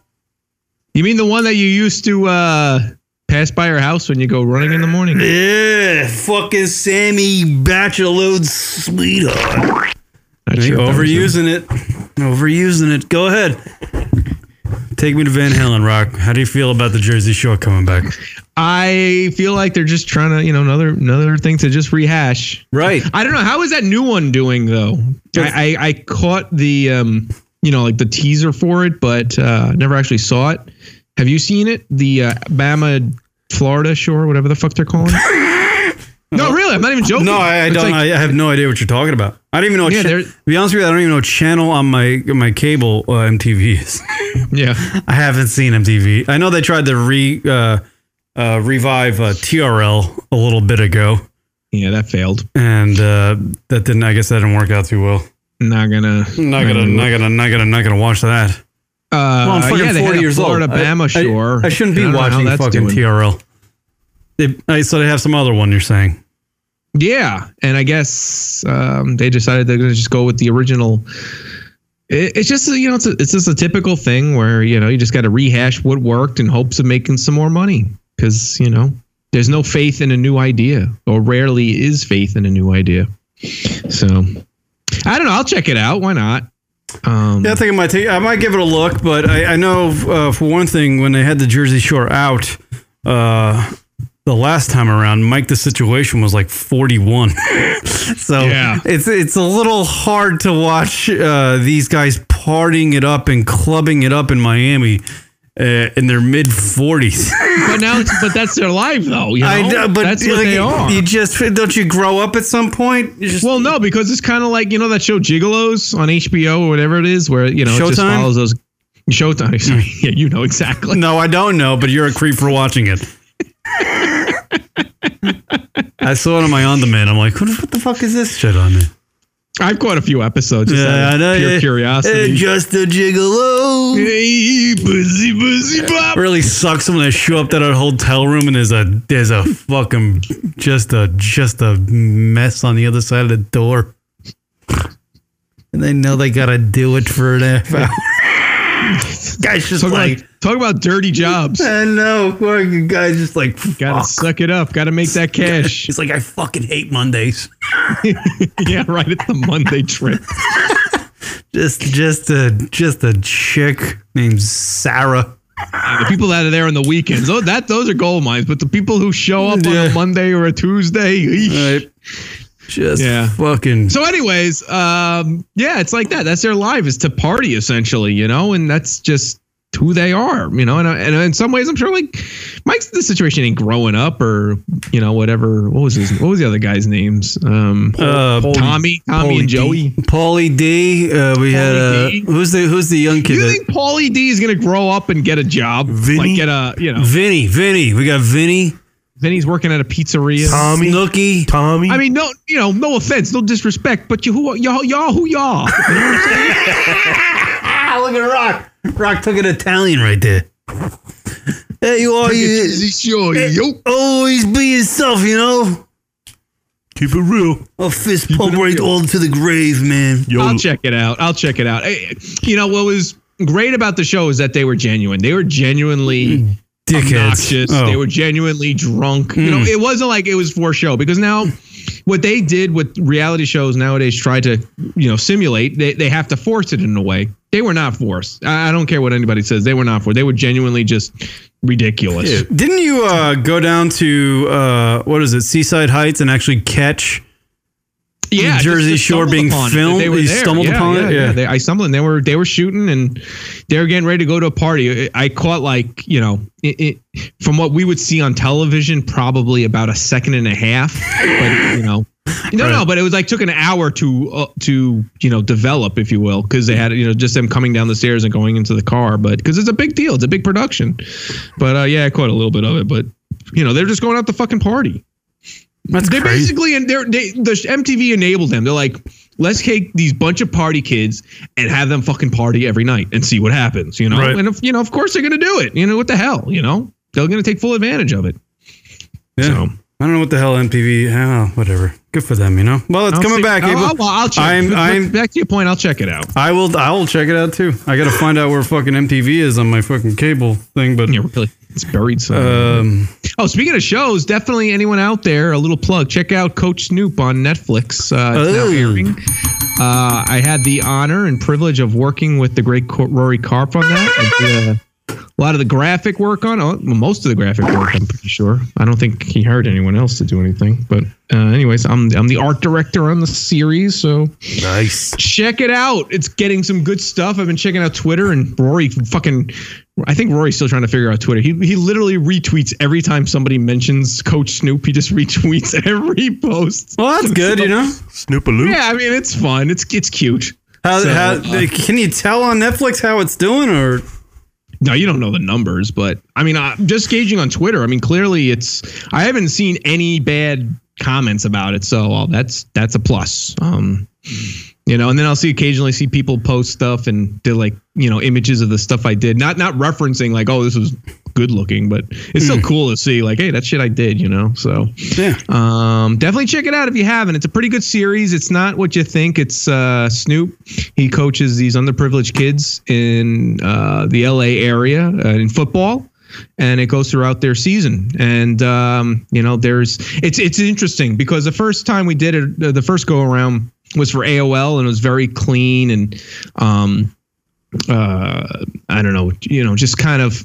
you mean the one that you used to uh, pass by her house when you go running in the morning? Yeah, fucking Sammy Bachelode Sweetheart. Not Hey, sure if that was him. Overusing it. Overusing it. Go ahead. Take me to Van Halen, Rock. How do you feel about the Jersey Shore coming back? I feel like they're just trying to, you know, another another thing to just rehash. Right. I don't know how is that new one doing though. I, I, I caught the um, you know, like the teaser for it, but uh, never actually saw it. Have you seen it? The uh, Bama, Florida Shore, whatever the fuck they're calling. it? no, really, I'm not even joking. No, I, I It's don't. like- I, I have no idea what you're talking about. I don't even know. What Yeah, cha- there- to be honest with you, I don't even know what channel on my my cable uh, MTV is. yeah, I haven't seen MTV. I know they tried to re uh, uh, revive uh, TRL a little bit ago, yeah, that failed. and uh, that didn't. I guess that didn't work out too well. Not gonna. Not gonna, not gonna, not gonna, not gonna watch that. Uh, Well, I'm fucking yeah, they had 40 a years Florida old. I- Bama I- Shore. I, shouldn't I be don't know how watching that's fucking doing. TRL. They, I, so they have some other one. You're saying? Yeah, and I guess um, they decided they're going to just go with the original. It, it's just you know it's, a, it's just a typical thing where you know you just got to rehash what worked in hopes of making some more money because you know there's no faith in a new idea or rarely is faith in a new idea. So I don't know. I'll check it out. Why not? Um, Yeah, I think I might take. I might give it a look, but I, I know uh, for one thing, when they had the Jersey Shore out uh, the last time around, Mike the Situation was like forty-one. so Yeah. it's it's a little hard to watch uh, these guys partying it up and clubbing it up in Miami uh, in their mid forties. but now, it's, but that's their life though. You know, I know, but that's what like, they are. You just don't you grow up at some point? You just Well, no, because it's kind of like you know that show Gigolos on HBO or whatever it is, where you know it just Showtime? follows those Showtime. Sorry. Yeah, you know exactly. no, I don't know, but you're a creep for watching it. I saw it on my on demand. I'm like, what, what the fuck is this shit on there? I've caught a few episodes. Just out of Pure It's curiosity. just a gigolo. Hey, pussy, pussy, pop. Really sucks when I show up to that hotel room and there's a there's a fucking just a just a mess on the other side of the door. And they know they gotta do it for an half hour. Guys just Talk like about, talk about dirty jobs. I know. fuck, You guys just like Gotta fuck. suck it up. Gotta make that cash. She's like, I fucking hate Mondays. yeah, right. It's the Monday trip. Just, just a, just a chick named Sarah. The people that are there on the weekends, oh, that those are gold mines. But the people who show up on Yeah. a Monday or a Tuesday, eesh. Just Yeah. fucking. So, anyways, um, yeah, it's like that. That's their life is to party essentially, you know, and that's just who they are, you know. And, uh, and in some ways, I'm sure like Mike's the situation ain't growing up or you know whatever. What was his? What was the other guy's names? Um, Tommy, Tommy, and Joey. uh, Paulie D. Uh, we had uh, who's the who's the young kid? You that- think Paulie D is going to grow up and get a job? Like get a you know Vinny, Vinny. We got Vinny. Vinny's working at a pizzeria. Tommy. Snooky. Tommy. I mean, no, you know, no offense, no disrespect, but you who y'all y'all who y'all. Ah, look at Rock. Rock took an Italian right there. Hey, you are you. Hey, Always be yourself, you know. Keep it real. A fist pump right all to the grave, man. I'll check it out. I'll check it out. Eh, You know what was great about the show is that they were genuine. They were genuinely Dickheads. obnoxious. Oh. They were genuinely drunk. You know, Mm. it wasn't like it was for show because now what they did with reality shows nowadays try to you know simulate they, they have to force it in a way they were not forced i, I don't care what anybody says they were not forced they were genuinely just ridiculous Didn't you uh, go down to uh, what is it, Seaside Heights, and actually catch? yeah, just- Jersey just Shore stumbled being upon it. filmed? They, were They there. stumbled yeah, upon yeah, it? Yeah, Yeah. They, I stumbled. And they were they were shooting, and they were getting ready to go to a party. I I caught like you know, it, it, from what we would see on television, probably about a second and a half. But you know, no, no. But it was like took an hour to uh, to you know develop, if you will, because they had you know just them coming down the stairs and going into the car. But because it's a big deal, it's a big production. But uh, yeah, I caught a little bit of it. But you know, they're just going out the fucking party. That's they basically and they're they the MTV enabled them. They're like, let's take these bunch of party kids and have them fucking party every night and see what happens. You know, Right. and if, you know, of course they're gonna do it. You know what the hell? You know, they're gonna take full advantage of it. Yeah. So. I don't know what the hell MTV. Oh, whatever. Good for them, you know. Well, it's I'll coming see- back. I'll, Abel. I'll, I'll check. I'm. But I'm. back to your point. I'll check it out. I will. I will check it out too. I got to find out where fucking MTV is on my fucking cable thing. But Yeah, really, it's buried somewhere. um, oh, speaking of shows, definitely anyone out there, a little plug. Check out Coach Snoop on Netflix. Uh, it's now Oh. airing. Uh, I had the honor and privilege of working with the great Cor- Rory Karp on that. I did, uh, a lot of the graphic work on oh, well, most of the graphic work. I'm pretty sure. I don't think he hired anyone else to do anything. But uh, anyways, I'm I'm the art director on the series, so Nice. check it out. It's getting some good stuff. I've been checking out Twitter and Rory fucking I think Rory's still trying to figure out Twitter. He he literally retweets every time somebody mentions Coach Snoop. He just retweets every post. well, that's good, you know. Snoopaloo. Yeah, I mean it's fun. It's it's cute. How, So, how uh, can you tell on Netflix how it's doing? Or No, you don't know the numbers, but I mean, uh, just gauging on Twitter, I mean, clearly it's. I haven't seen any bad comments about it, so uh, that's that's a plus. Um, you know, and then I'll see occasionally see people post stuff and they're like, you know, images of the stuff I did, not not referencing like, oh, this was good looking, but it's still cool to see like, hey, that shit I did, you know. So yeah, um, definitely check it out if you haven't. It's a pretty good series. It's not what you think. It's uh, Snoop. He coaches these underprivileged kids in uh, the LA area uh, in football. And it goes throughout their season, and um, you know, there's it's it's interesting because the first time we did it, uh, the- the first go around was for AOL, and it was very clean and um, uh, I don't know, you know, just kind of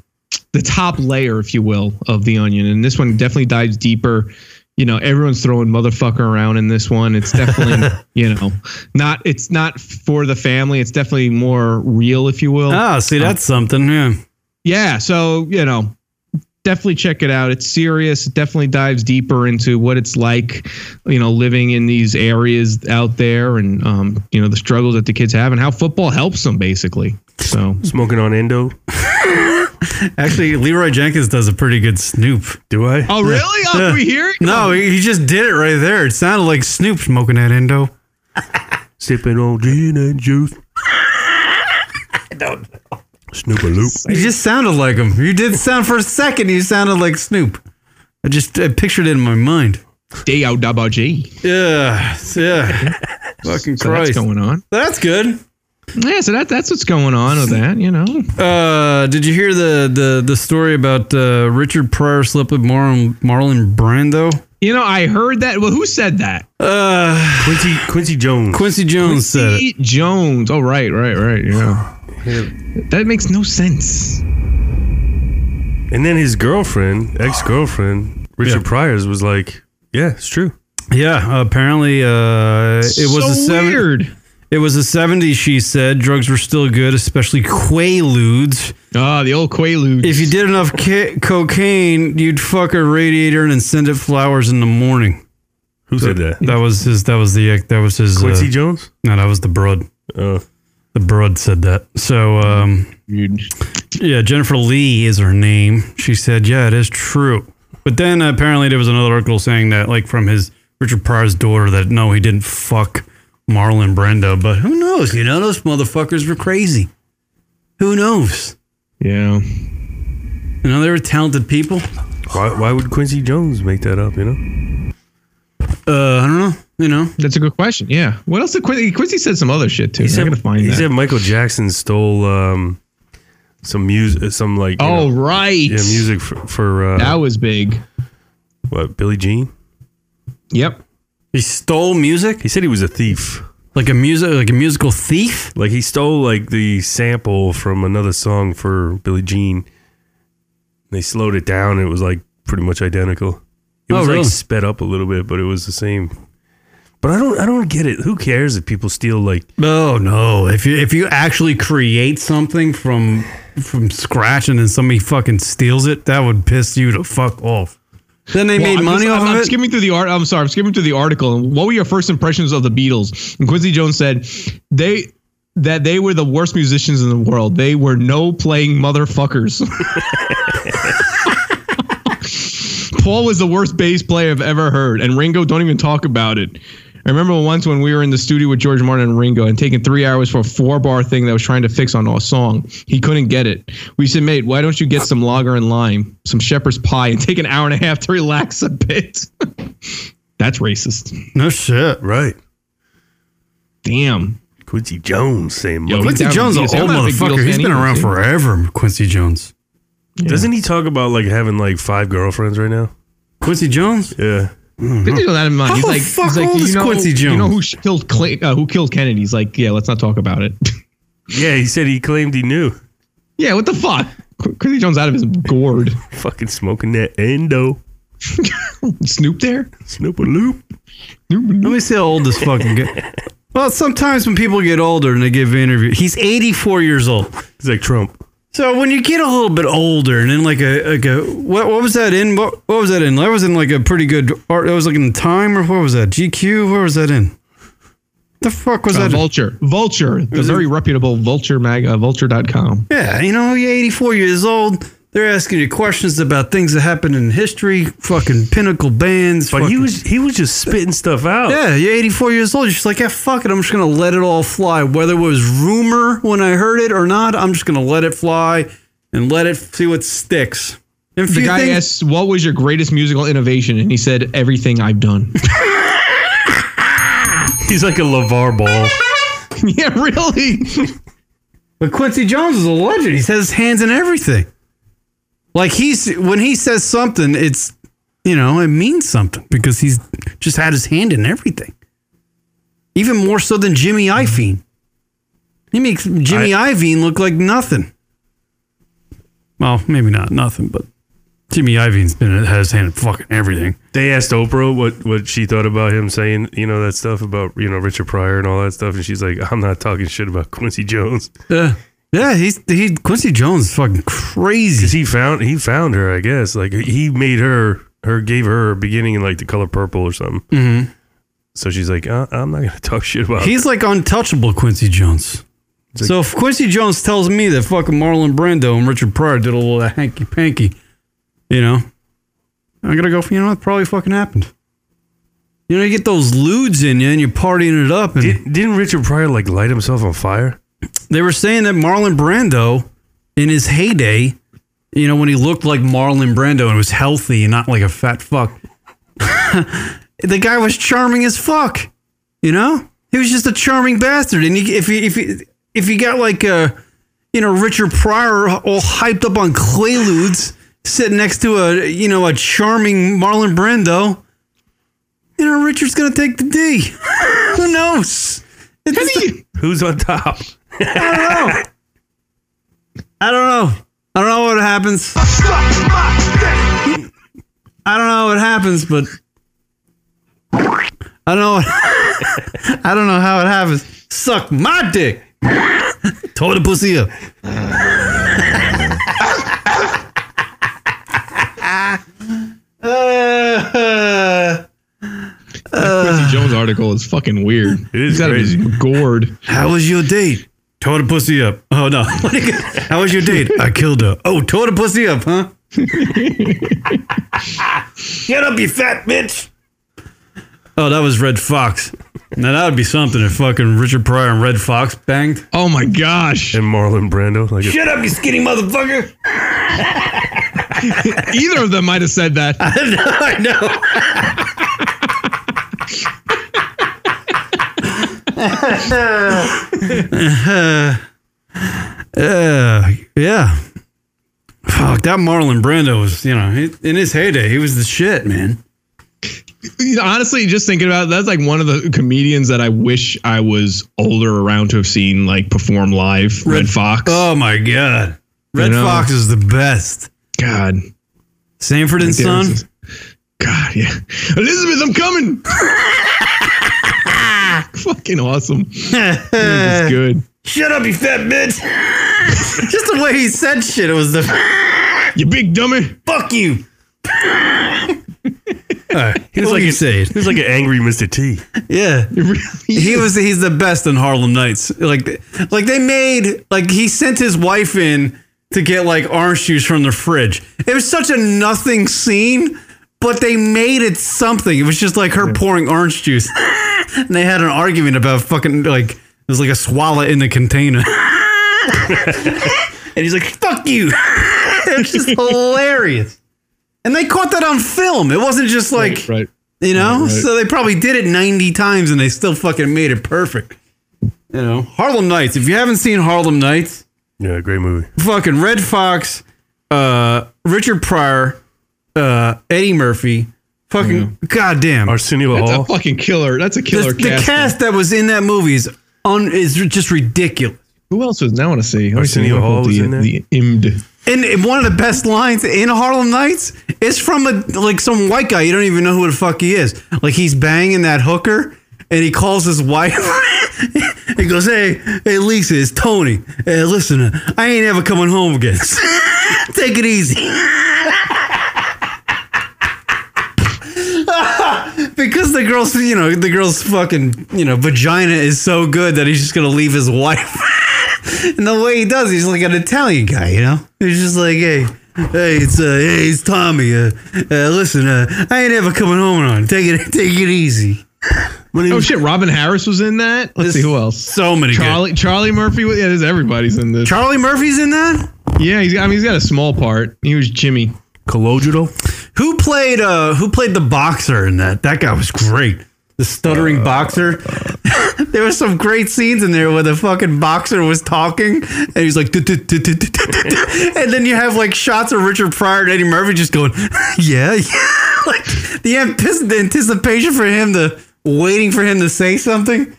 the top layer, if you will, of the onion. And this one definitely dives deeper. You know, everyone's throwing motherfucker around in this one. It's definitely, you know, not it's not for the family. It's definitely more real, if you will. ah, see, that's something. Yeah, Yeah. So, you know, definitely check it out. It's serious. It definitely dives deeper into what it's like, you know, living in these areas out there and, um, you know, the struggles that the kids have and how football helps them basically. So, Smoking on Endo. actually, Leroy Jenkins does a pretty good Snoop. Do I? oh, really? Oh, Yeah. we hear it? No, he he just did it right there. It sounded like Snoop smoking that endo. Sipping on gin and juice. I don't know. Snoopaloo. You just sounded like him. You did sound for a second. You sounded like Snoop. I just I pictured it in my mind. D O double G. Yeah, yeah. Fucking So that's going on. That's good. Yeah, so that that's what's going on with that, you know. Uh, did you hear the the the story about uh, Richard Pryor slept with Marlon Marlon Brando? You know, I heard that. Well, who said that? Uh, Quincy Quincy Jones. Quincy Jones said it. Pete Jones. Oh, right, right, right. Yeah. That makes no sense. And then his girlfriend, ex girlfriend, Richard Pryor's, was like, "Yeah, it's true." Yeah, apparently uh, it was so a seven. weird. It was the 70s, she said. Drugs were still good, especially Quaaludes. Ah, the old Quaaludes. If you did enough ca- cocaine, you'd fuck a radiator and then send it flowers in the morning. Who said that? That was his. That was the. That was his. uh, Quincy Jones? No, that was the Broad. Oh. The Broad said that. So, um, yeah, Jennifer Lee is her name. She said, "Yeah, it is true." But then apparently there was another article saying that, like, from his Richard Pryor's daughter, that no, he didn't fuck Marlon Brando. But who knows? You know, those motherfuckers were crazy. Who knows? Yeah. You know, they were talented people. Why, why would Quincy Jones make that up, you know? Uh, I don't know. You know, that's a good question. Yeah. What else did Quincy? Quincy said some other shit too. He I'm said, gonna find he that. said Michael Jackson stole um, some music, some like. you Oh, know, right. Yeah, music for. for uh, that was big. What, Billie Jean? Yep. He stole music? He said he was a thief. Like a music like a musical thief? Like he stole like the sample from another song for Billie Jean. They slowed it down and it was like pretty much identical. It Oh, was really? like sped up a little bit, but it was the same. But I don't I don't get it. Who cares if people steal like No, Oh, no. If you if you actually create something from from scratch and then somebody fucking steals it, that would piss you to fuck off. Then they Well, made I'm money just- off I'm, of I'm it. skimming through the art. I'm sorry. I'm skimming through the article. And what were your first impressions of the Beatles? And Quincy Jones said they that they were the worst musicians in the world. They were no playing motherfuckers. Paul was the worst bass player I've ever heard, and Ringo don't even talk about it. I remember once when we were in the studio with George Martin and Ringo and taking three hours for a four bar thing that I was trying to fix on a song. He couldn't get it. We said, mate, why don't you get some lager and lime, some shepherd's pie, and take an hour and a half to relax a bit? That's racist. No shit. Right. Damn. Quincy Jones saying Yo, Quincy he's down Jones, an with the Beatles. old I'm not a big Beatles motherfucker. He's fan been either, around dude. forever. Quincy Jones. Doesn't he talk about like having like five girlfriends right now? Quincy Jones? Yeah. Quincy Jones had him in mind. How He's the like, fuck he's like, old you is know, Quincy You know Jones? who killed Cl- uh, who killed Kennedy? He's like, yeah, let's not talk about it. Yeah, he said he claimed he knew. yeah, what the fuck? Qu- Quincy Jones out of his gourd. Fucking smoking that endo. Snoop there? Snoop a loop. Let me see how old this fucking guy. Well, sometimes when people get older and they give interviews, he's 84 years old. He's like Trump. So when you get a little bit older and then like a like a what what was that in what, what was that in that was in like a pretty good art that was like in Time or what was that GQ where was that in the fuck was Uh, that in? Vulture. Vulture. The was very reputable Vulture mag uh, vulture.com. yeah you know you're 84 years old they're asking you questions about things that happened in history fucking pinnacle bands But fucking, he was he was just spitting stuff out. yeah you're 84 years old you're just like yeah fuck it I'm just gonna let it all fly whether it was rumor when I heard it or not I'm just gonna let it fly and let it see what sticks and if The you guy think- asked, "What was your greatest musical innovation?" and he said, "Everything I've done." He's like a LeVar ball. yeah, really. But Quincy Jones is a legend. He has his hands in everything. Like he's when he says something, it's you know, it means something because he's just had his hand in everything. Even more so than Jimmy Iovine. He makes Jimmy Iovine look like nothing. Well, maybe not nothing, but Jimmy Iovine's been had his hand in fucking everything. They asked Oprah what, what she thought about him saying, you know, that stuff about, you know, Richard Pryor and all that stuff. And she's like, I'm not talking shit about Quincy Jones. Yeah, yeah, he's he Quincy Jones is fucking crazy. Because he found he found her, I guess. Like he made her her gave her a beginning in like the color purple or something. Mm-hmm. So she's like, uh, I'm not gonna talk shit about He's like untouchable, Quincy Jones. so if Quincy Jones tells me that fucking Marlon Brando and Richard Pryor did a little hanky panky, you know, I'm gonna go. You know, it probably fucking happened. You know, you get those lewds in you and you're partying it up, and Did, didn't Richard Pryor like light himself on fire? they were saying that Marlon Brando, in his heyday, you know, when he looked like Marlon Brando and was healthy and not like a fat fuck, the guy was charming as fuck. You know, he was just a charming bastard. And he, if he, if he, if he got like uh you know, Richard Pryor all hyped up on Quaaludes, sitting next to a, you know, a charming Marlon Brando. You know, Richard's gonna take the D. Who knows? It's just a- Who's on top? I don't know. I don't know what happens. I don't know what happens, but I don't know. I don't know how it happens. Suck my dick. Told the pussy up. Uh, Quincy Jones article is fucking weird. It is crazy. gourd. How was your date? Tore the pussy up. Oh no. How was your date? I killed her. Oh, tore the pussy up, huh? Get up, you fat bitch. Oh, that was Red Fox. Now that would be something if fucking Richard Pryor and Red Fox banged. Oh my gosh. And Marlon Brando. Like Shut up, you skinny motherfucker! Either of them might have said that. I know. uh, uh, yeah. Fuck, that Marlon Brando was, you know, he- in his heyday, he was the shit, man. You know, honestly, just thinking about it, that's like one of the comedians that I wish I was older around to have seen like perform live. Red, Fox. Oh my god. You Red know? Fox is the best. God. Sanford and Right there, Son. this God, yeah. Elizabeth, I'm coming. Fucking awesome. It was just good. Shut up, you fat bitch. Just the way he said shit, it was the You big dummy. Fuck you. He was like an, He was like an angry Mr. T. Yeah. He was he's the best in Harlem Nights. Like like they made like he sent his wife in to get like orange juice from the fridge. It was such a nothing scene, but they made it something. It was just like her pouring orange juice. and they had an argument about fucking like it was like a swallow in the container. and he's like, fuck you. it's just hilarious. And they caught that on film. It wasn't just like right. you know? Right, right. So they probably did it 90 times and they still fucking made it perfect. You know? Harlem Nights. If you haven't seen Harlem Nights, Yeah, great movie. fucking Red Fox, uh, Richard Pryor, uh, Eddie Murphy, fucking goddamn. Arsenio That's Hall. a fucking killer. That's a The, killer the cast. cast that was in that movie is un, is just ridiculous. Who else was? Now I want to see. I wanna see Arsenio who Hall was the, in there? the IMD. And one of the best lines in Harlem Nights is from a like some white guy. You don't even know who the fuck he is. Like he's banging that hooker, and he calls his wife. he goes, "Hey, hey, Lisa, it's Tony. Hey, listen, I ain't ever coming home again. Take it easy." because the girl's, you know, the girl's fucking, you know, vagina is so good that he's just gonna leave his wife. And the way he does, he's like an Italian guy, you know. He's just like, hey, hey, it's uh, hey, it's Tommy. Uh, uh, listen, uh, I ain't ever coming home on. Take it, take it easy. Oh shit! Robin Harris was in that. Let's see who else. So many. good- Charlie Charlie Murphy. was- Yeah, there's everybody's in this. Charlie Murphy's in that. Yeah, he's. I mean, he's got a small part. He was Jimmy. Collodro. Who played? Uh, who played the boxer in that? That guy was great. The stuttering boxer. there were some great scenes in there where the fucking boxer was talking, and he's like, "Duh, duh, duh, duh, duh, duh, duh, duh." and then you have like shots of Richard Pryor and Eddie Murphy just going, "Yeah, yeah," like the, antici- the anticipation for him to waiting for him to say something.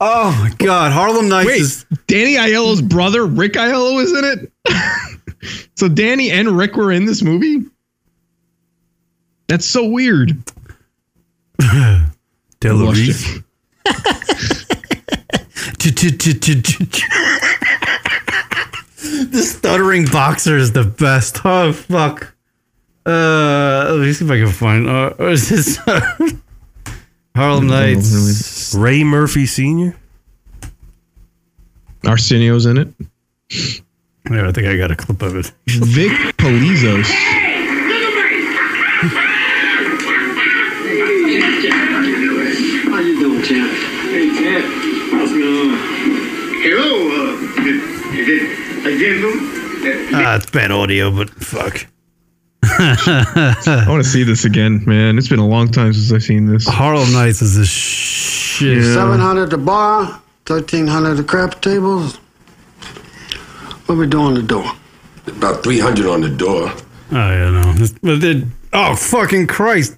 Oh my god, Harlem Nights. Wait, is- Danny Aiello's brother Rick Aiello was in it. so Danny and Rick were in this movie. That's so weird. Della Lost Reese. you. The stuttering boxer is the best. Oh fuck. Uh, let me see if I can find. Uh, or is this Harlem Nights? Ray Murphy Sr. Arsenio's in it. There, I think I got a clip of it. Vic Polizos. How you doing, champ? Hey, champ. What's going on? Hello. Uh, is it a gentleman? Ah, it's bad audio, but fuck. I want to see this again, man. It's been a long time since I've seen this. Harlem Nights is a shit. Seven hundred the bar, thirteen hundred the crap tables. What we doing the door? About 300 on the door. Oh yeah, no. This- But then, oh fucking Christ!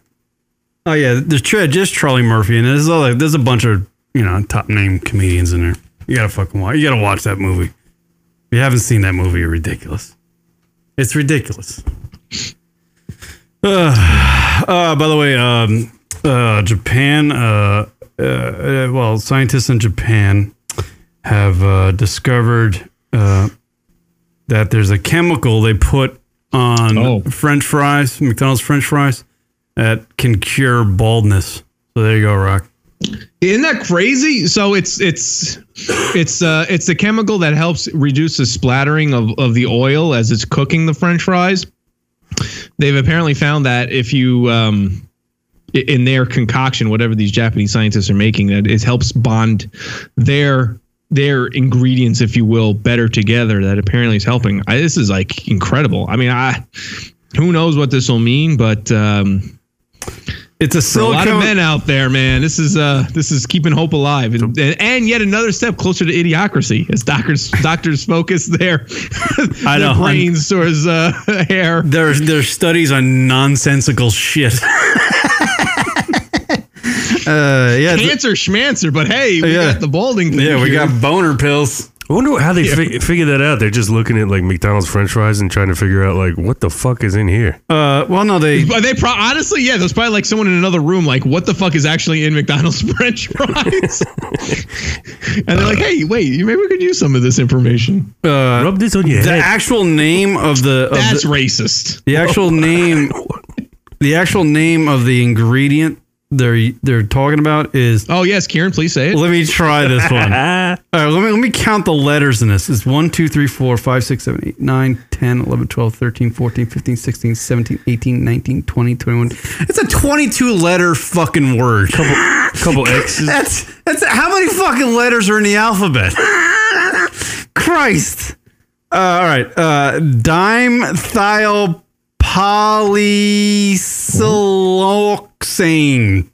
Oh yeah, there's Tra- just Charlie Murphy, and there's all there's a bunch of you know top name comedians in there. You gotta fucking watch. You gotta watch that movie. If you haven't seen that movie, you're ridiculous. It's ridiculous. Uh, uh, by the way, um, uh, Japan. Uh, uh, uh, well, scientists in Japan have uh, discovered uh, that there's a chemical they put on Oh. French fries, McDonald's French fries, that can cure baldness. So there you go, Rock. Isn't that crazy? So it's it's it's uh it's the chemical that helps reduce the splattering of of the oil as it's cooking the French fries. They've apparently found that if you um i- in their concoction, whatever these Japanese scientists are making, that it helps bond their their ingredients, if you will, better together. That apparently is helping. I, this is like incredible. I mean, I who knows what this will mean, but um, it's a, a lot of silicone- men out there, man. This is uh, this is keeping hope alive, and, and, and yet another step closer to idiocracy as doctors doctors focus their I know. their brains towards uh, hair. There's there's studies on nonsensical shit. uh, yeah, cancer schmancer, but hey, we Yeah. got the balding. Thing Yeah, we here. got boner pills. I wonder how they Yeah. fi- figure that out. They're just looking at like McDonald's French fries and trying to figure out like what the fuck is in here. Uh, well, no, they But they pro- honestly, yeah, there's probably like someone in another room, like, what the fuck is actually in McDonald's French fries? and they're like, hey, wait, you maybe we could use some of this information. uh, rub this on your the head. actual name of the of That's the, racist. The actual name, the actual name of the ingredient they're they're talking about is. Oh yes, Kieran, please say it. Let me try this one. All right, let me let me count the letters in this. It's 1, 2, 3, 4, 5, 6, 7, 8, 9, 10, 11, 12, 13, 14, 15, 16, 17, 18, 19, 20, 21. It's a 22 letter fucking word. Couple, couple X's. That's, that's how many fucking letters are in the alphabet? Christ. Uh, all right. Uh, dime thiol polysiloxane.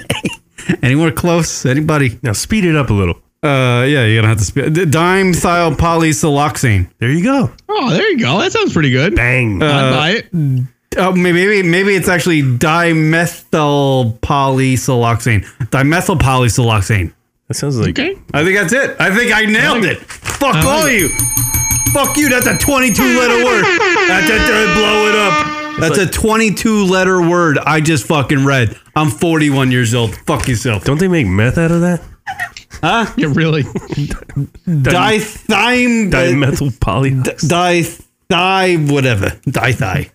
Anywhere close? Anybody? Now speed it up a little. Uh, yeah, you're gonna have to speed. Dime thiol polysiloxane. There you go. Oh, there you go. That sounds pretty good. Bang. Uh, I'd buy it. Oh, maybe, maybe maybe it's actually dimethyl polysiloxane. Dimethyl polysiloxane. That sounds like okay. I think that's it. I think I nailed it. Fuck I like all it. you. Fuck you. That's a 22 letter word. That's a, blow it up. That's a 22 letter word I just fucking read. I'm 41 years old. Fuck yourself. Don't they make meth out of that? Huh? Yeah, really. Dithime. Dimethyl poly. Dithy. uh, Whatever. Dithy.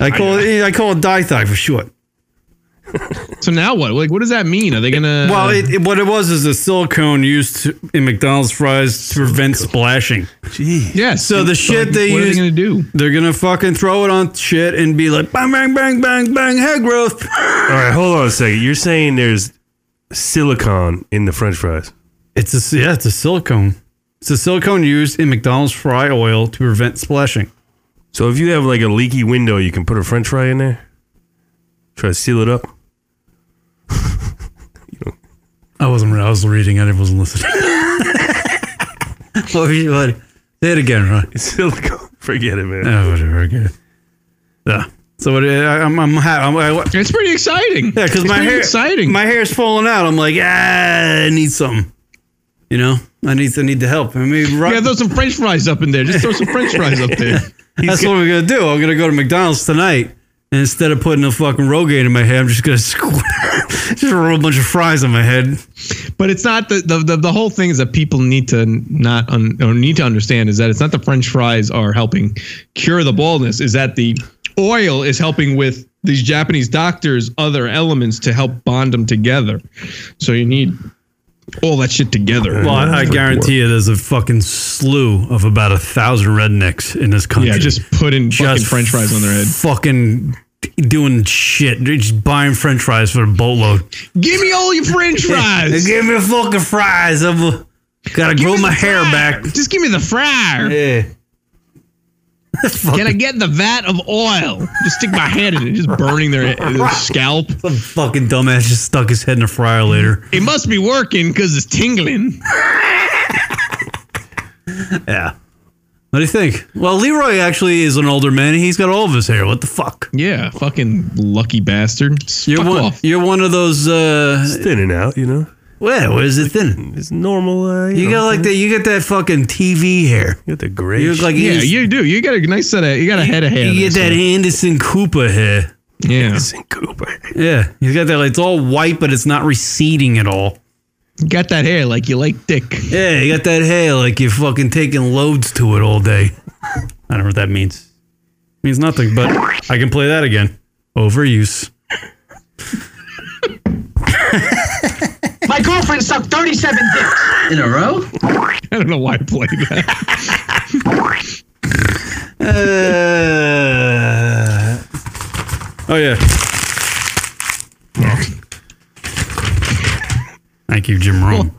I call it. I call it dithy for short. So now what? Like, what does that mean? Are they gonna? Well, it, it- what it was is the silicone used to, in McDonald's fries to prevent splashing. Jeez. yeah. So the shit they what use, are they gonna do? they're gonna fucking throw it on shit and be like bang, bang, bang, bang, bang, hair growth. All right, hold on a second. You're saying there's silicon in the French fries. It's a yeah, it's a silicone. It's a silicone used in McDonald's fry oil to prevent splashing. So if you have like a leaky window, you can put a French fry in there. Try to seal it up. I wasn't. I was reading. I wasn't listening. what were you? What? Say it again, right? It's silicone. Forget it, man. Oh, whatever. Good. Yeah. So what? I, I'm. I'm. Ha- I'm I, It's pretty exciting. Yeah, because It's my pretty hair, exciting. my hair's falling out. I'm like, ah, I need something. You know, I need, I need the help. I mean, right, yeah, throw some French fries up in there. Just throw some French fries up there. that's what we're gonna do. I'm gonna go to McDonald's tonight, and instead of putting a fucking Rogaine in my head, I'm just gonna squ- just roll a bunch of fries on my head. But it's not the the, the the whole thing is that people need to not un, or need to understand is that it's not the French fries are helping cure the baldness. Is that the oil is helping with these Japanese doctors other elements to help bond them together. So you need all that shit together. Well, I, I guarantee you, there's a fucking slew of about a thousand rednecks in this country. Yeah, just put in fucking French fries on their head. Fucking doing shit. They're just buying French fries for a boatload. Give me all your French fries. Give me fucking fries. I'm uh, gotta Give grow me my the hair fryer. back. Just give me the fryer. Yeah. Can I get the vat of oil? Just stick my head in it, just burning their, their scalp. Some fucking dumbass just stuck his head in a fryer later. It must be working because it's tingling. Yeah. What do you think? Well, Leroy actually is an older man. He's got all of his hair. What the fuck? Yeah, fucking lucky bastard. Fuck You're one. off. You're one of those. uh It's thinning out, you know. Where? Where is it thin? It's normal. Uh, you You know, got like that. You got that fucking TV hair. you got the gray. You look like Yeah, you, you do. You got a nice set of. You got a head of hair. you get there, that Anderson Cooper hair. so- Yeah. Anderson Cooper. Yeah, he's got that. Like, it's all white, but it's not receding at all. You got that hair like you like dick. Yeah, you got that hair like you're fucking taking loads to it all day. I don't know what that means. means nothing, but I can play that again. Overuse. My girlfriend sucked 37 dicks in a row. I don't know why I played that. Uh, oh yeah. Thank you, Jim Rome.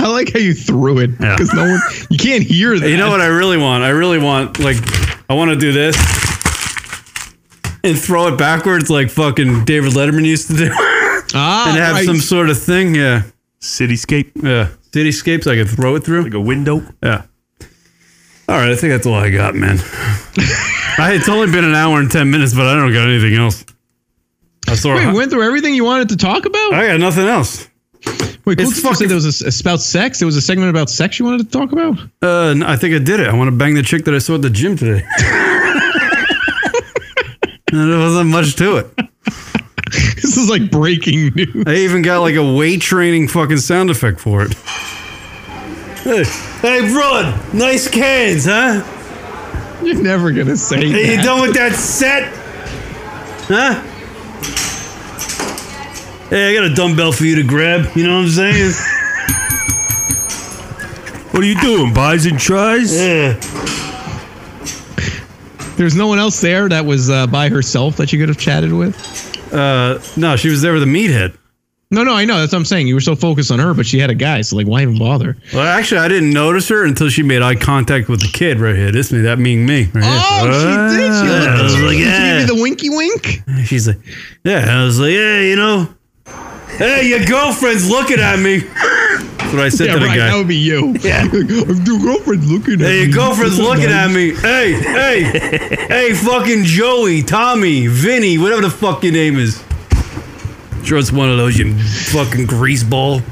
I like how you threw it Yeah. because no one you can't hear that. You know what I really want? I really want like I want to do this and throw it backwards like fucking David Letterman used to do. Ah, and have right. some sort of thing. Yeah, cityscape. Yeah, cityscapes. I could throw it through like a window. Yeah. All right, I think that's all I got, man. I, it's only been an hour and ten minutes, but I don't got anything else. I saw. Wait, went through everything you wanted to talk about. I got nothing else. Wait, cool. Fucking... Said there was a, about sex. There was a segment about sex you wanted to talk about. Uh, no, I think I did it. I want to bang the chick that I saw at the gym today. And there wasn't much to it. this is like breaking news. I even got like a weight training fucking sound effect for it. Hey, hey, Rod, nice cans, huh? You're never gonna say. Are you that. done with that set? Huh? Hey, I got a dumbbell for you to grab. You know what I'm saying? What are you doing? Buys and tries? Yeah. There's no one else there that was uh, by herself that you could have chatted with. Uh, no, she was there with a meathead. No, no, I know. That's what I'm saying. You were so focused on her, but she had a guy. So like, why even bother? Well, actually, I didn't notice her until she made eye contact with the kid right here. This me, that mean me. Right Oh, she did. She looked I at was you. like, She yeah. gave you the winky wink. She's like, yeah. I was like, yeah, you know, hey, your girlfriend's looking at me. That's what I said yeah, to the right. guy. That would be you. Yeah. Your girlfriend's looking at Hey, me. your girlfriend's That's looking nice. at me. Hey, hey, hey, fucking Joey, Tommy, Vinny, whatever the fuck your name is. Sure, it's one of those, you fucking greaseball.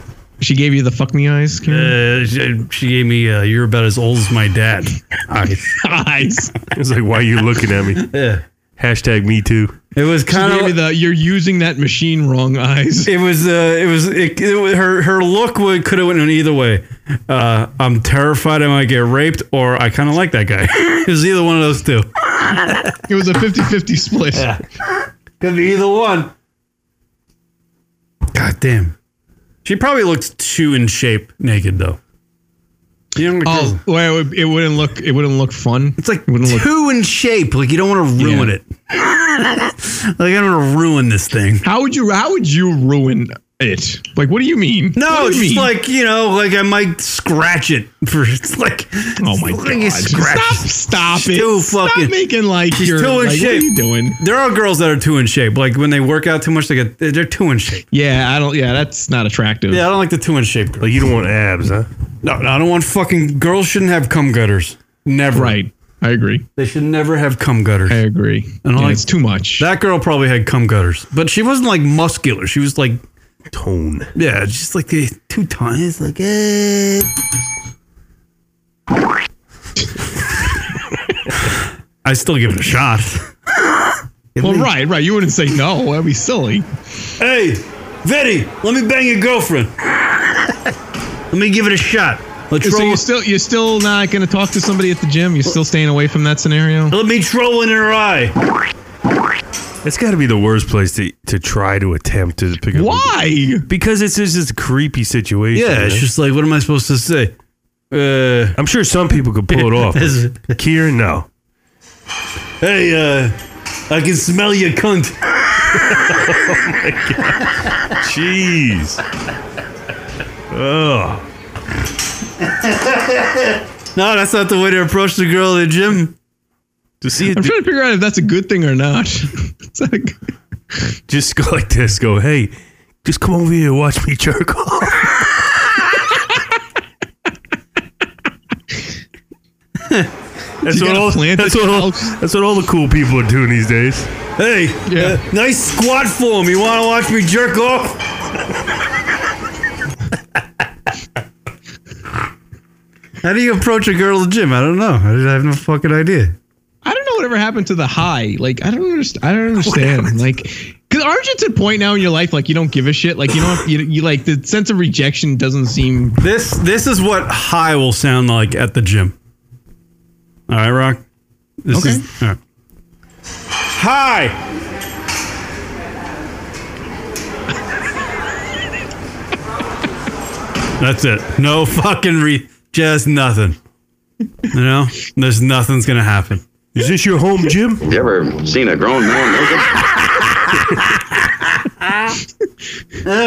She gave you the fuck me eyes. Karen? Uh, she, she gave me, uh, you're about as old as my dad. Eyes. eyes. It's like, why are you looking at me? Yeah. Hashtag me too. It was She kind gave you of. the. You're using that machine wrong. Eyes. It was. Uh, it was. It, it, was- her her look would could have went in either way. Uh, I'm terrified I might get raped, or I kind of like that guy. it was either one of those two. It was a 50-50 split. Could be either one. God damn. She probably looks too in shape naked though. You know, Oh, well, it, would, it wouldn't look. It wouldn't look fun. It's like wouldn't look. too in shape. Like you don't want to ruin it. like I don't want to ruin this thing. How would you? How would you ruin it? Like, what do you mean? No, What it's do you just mean? like you know, like I might scratch it for. It's like Oh my like you god! scratch. Stop! Stop She's it! too fucking- Stop making like She's you're too in like, What are shape. you doing? There are girls that are too in shape. Like when they work out too much, they get they're too in shape. Yeah, I don't. Yeah, that's not attractive. Yeah, I don't like the two inch shape. Girl. Like, you don't want abs, huh? No, no, I don't want fucking girls shouldn't have cum gutters. Never. Right. I agree. They should never have cum gutters. I agree. And Yeah, like- it's too much. That girl probably had cum gutters, but she wasn't like muscular. She was like, Tone. yeah, just like eh, two times. Like, eh. I still give it a shot. well, right, right. You wouldn't say no. That'd be silly. Hey, Vinny, let me bang your girlfriend. let me give it a shot. Let's So roll. you still you're still not going to talk to somebody at the gym. You're still staying away from that scenario. Let me troll in her eye. It's got to be the worst place to, to try to attempt to pick up. Why? Because it's just this creepy situation. Yeah, it's man. just like, what am I supposed to say? Uh, I'm sure some people could pull it off. This- Kieran, no. hey, uh, I can smell your cunt. Jeez. Oh, No, that's not the way to approach the girl at the gym. to see it, I'm trying to figure out if that's a good thing or not. it's like, just go like this. Go, hey, just come over here and watch me jerk off. You That's what, gotta all, plant that's, the what all, couch. that's what all the cool people are doing these days. Hey, Yeah. uh, nice squat form. You want to watch me jerk off? How do you approach a girl at the gym? I don't know. I just- I have no fucking idea. I don't know whatever happened to the high. Like I don't understand. I don't understand. Like, cause aren't aren't you to the point now in your life like you don't give a shit? Like you don't you, you like the sense of rejection doesn't seem This this is what high will sound like at the gym. All right, Rock. This Okay. Is, all right. Hi. That's it. No fucking re. Just nothing. You know, there's nothing's gonna happen. Is this your home gym? You ever seen a grown man naked? well,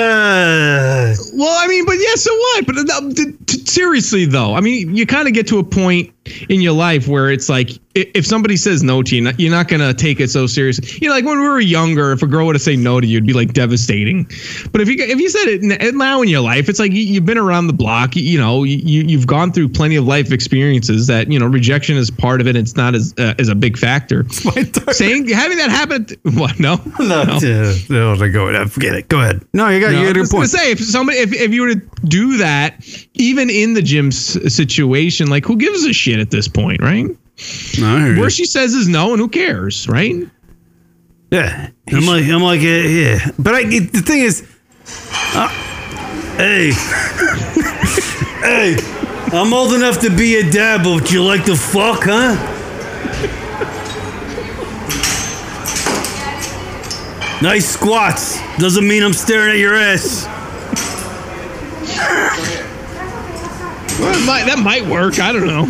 I mean, but yeah, so what? But uh, t- t- seriously, though, I mean, you kind of get to a point in your life where it's like, i- if somebody says no to you, not- you're not gonna take it so seriously. You know, like when we were younger, if a girl were to say no to you, it'd be like devastating. But if you if you said it n- it now in your life, it's like you, you've been around the block. You, you know, you you've gone through plenty of life experiences that you know rejection is part of it. It's not as uh, as a big factor. Saying having that happen, at- what? No, no. no, no, go ahead. Forget it. Go ahead. No, you got you got I your was gonna point. say if somebody if, if you were to do that, even in the gym s- situation, like who gives a shit at this point, right? No, Where she says is no, and who cares, right? Yeah, I'm like, I'm like, uh, yeah. But I, it, the thing is, uh, hey, hey, I'm old enough to be a dad, but would you like to fuck, huh? Nice squats. Doesn't mean I'm staring at your ass. That might, that might work. I don't know.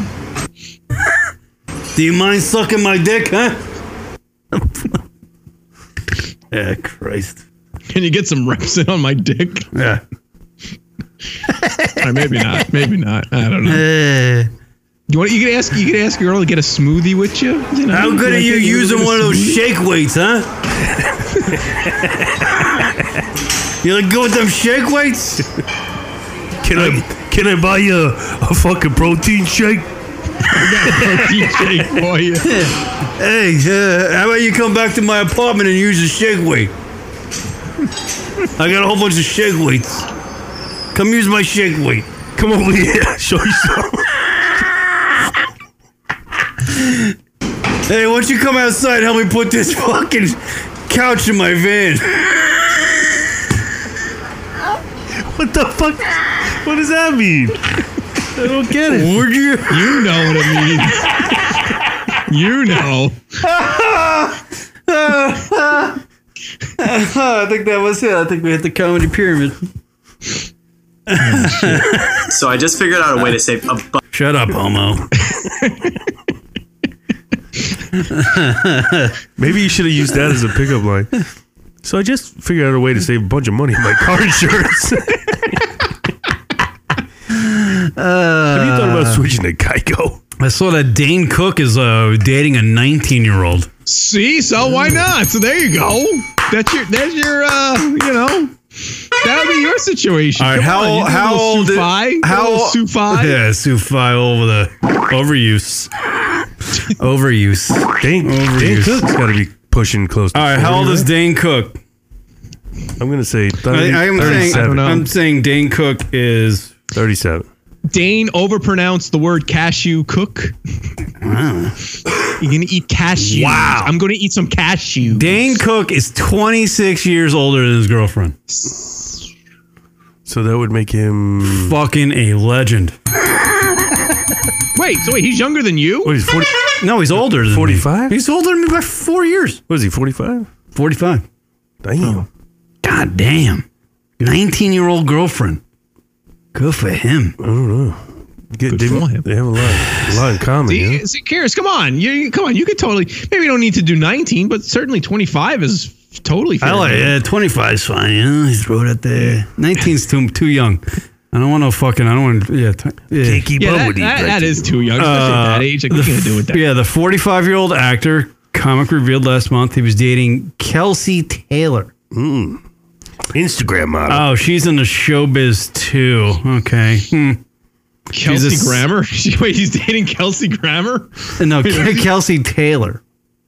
Do you mind sucking my dick, huh? yeah, Christ. Can you get some reps in on my dick? Yeah. or maybe not. Maybe not. I don't know. You want you could ask you could ask a girl to get a smoothie with you. Mm-hmm. you know? How good are Like, you hey, wanna using get a one of those smoothie? shake weights, huh? you like good with them shake weights? Can I can I buy you a, a fucking protein shake? hey, uh, how about you come back to my apartment and use a shake weight? I got a whole bunch of shake weights. Come use my shake weight. Come over here. Show you some. hey, why don't you come outside and help me put this fucking couch in my van? What the fuck? What does that mean? I don't get it. Would you? You know what it means. you know. I think that was it. I think we hit the comedy pyramid. So I just figured out a way to say a bu- Shut up, homo. Maybe you should have used that as a pickup line. So I just figured out a way to save a bunch of money on my car insurance. Have you thought about switching to Geico? I saw that Dane Cook is uh, dating a 19 year old. See, so why Mm. not? So there you go. That's your that's your uh you know that would be your situation. All right, Come how on, you old? little How old? is- Sufi, How little Sufi. Yeah, Sufi over the overuse. overuse. Dane, Dane Overuse. Cook's got to be pushing close. To All right, how old 40, is right? Dane Cook? I'm gonna say 30, I, I am saying, 37. I'm saying Dane Cook is 37. Dane overpronounced the word cashew cook. Wow. You're gonna eat cashew. Wow. I'm gonna eat some cashew. Dane Cook is 26 years older than his girlfriend. So that would make him fucking a legend. Wait, so wait, he's younger than you? What is 40? No, he's older than me. 45? He's older than me by four years. What is he, 45? 45. Damn. Oh, God damn. 19 year old girlfriend. Good for him. I don't know. Get, they, they have a lot, a lot in common. yeah? See, see, Karis, come on. You- You come on, you could totally maybe you don't need to do 19, but certainly 25 is totally fair. I like yeah, 25 is fine. You know, he's throw it out there. 19's too too young. I don't want no fucking. I don't want. Yeah, t- yeah. yeah, that, that- that is too young, especially at that age. Like, what are you gonna do with that? Yeah, Uh, the 45 year old actor comic revealed last month he was dating Kelsey Taylor. Instagram model. Oh, she's in the showbiz too. Okay. Hmm. Kelsey She's a- Grammer? Wait, he's dating Kelsey Grammer? No, Ke- Kelsey Taylor.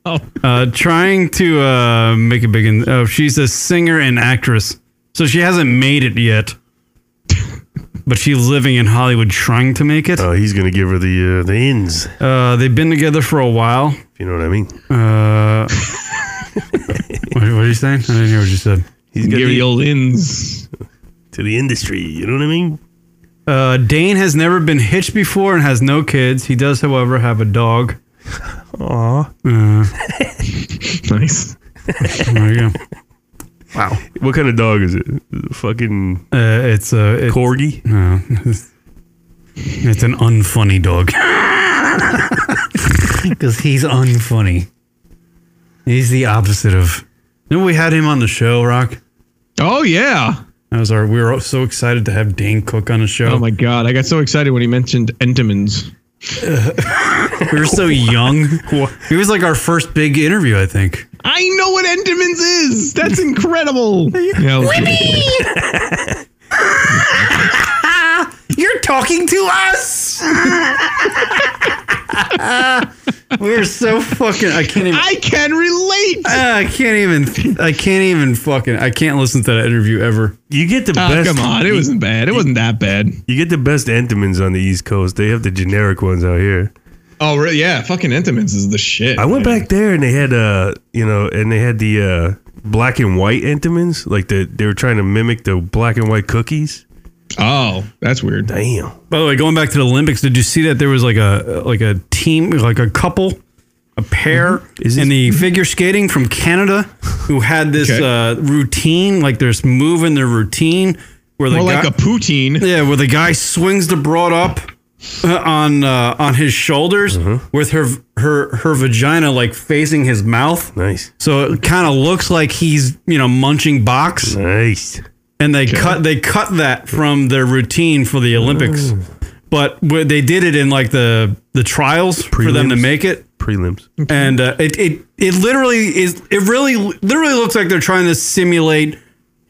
Oh. Uh, trying to uh, make a big. In- oh, she's a singer and actress, so she hasn't made it yet. but she's living in Hollywood, trying to make it. Oh, he's gonna give her the uh, the ins. Uh, they've been together for a while. If you know what I mean. Uh, What, what are you saying? I didn't hear what you said. He's got Give the the- old ins to the industry. You know what I mean? Uh, Dane has never been hitched before and has no kids. He does, however, have a dog. Aw. nice. Oh, there you go. Wow. What kind of dog is it? Fucking Uh, it's a it's, corgi. No, Oh. it's an unfunny dog. Because he's unfunny. He's the opposite of. Remember we had him on the show, Rock. Oh yeah, that was our. We were all so excited to have Dane Cook on the show. Oh my god, I got so excited when he mentioned Entenmann's. we were so young. It was like our first big interview, I think. I know what Entenmann's is. That's incredible. Yeah, You're talking to us. We're so fucking. I can't even. I can relate. Uh, Ah, I can't even. I can't even fucking. I can't listen to that interview ever. You get the Ah, best. come on, it wasn't bad. It wasn't that bad. You get the best Entenmann's on the East Coast. They have the generic ones out here. Oh really? Yeah, fucking Entenmann's is the shit. I went back there and they had uh you know and they had the uh black and white Entenmann's like the they were trying to mimic the black and white cookies. Oh, that's weird. Damn. By the way, going back to the Olympics, did you see that there was like a like a team, like a couple, a pair Mm-hmm. in the figure skating from Canada who had this uh, routine, like they're just moving their routine, where the More like guy, a poutine. yeah, where the guy swings the broad up uh, on uh, on his shoulders Mm-hmm. with her her her vagina like facing his mouth. Nice. So it kind of looks like he's you know munching box. Nice. And they cut they cut that from their routine for the Olympics, but where they did it in like the the trials for them to Prelims? make it. Prelims. And uh, it, it it literally is it really literally looks like they're trying to simulate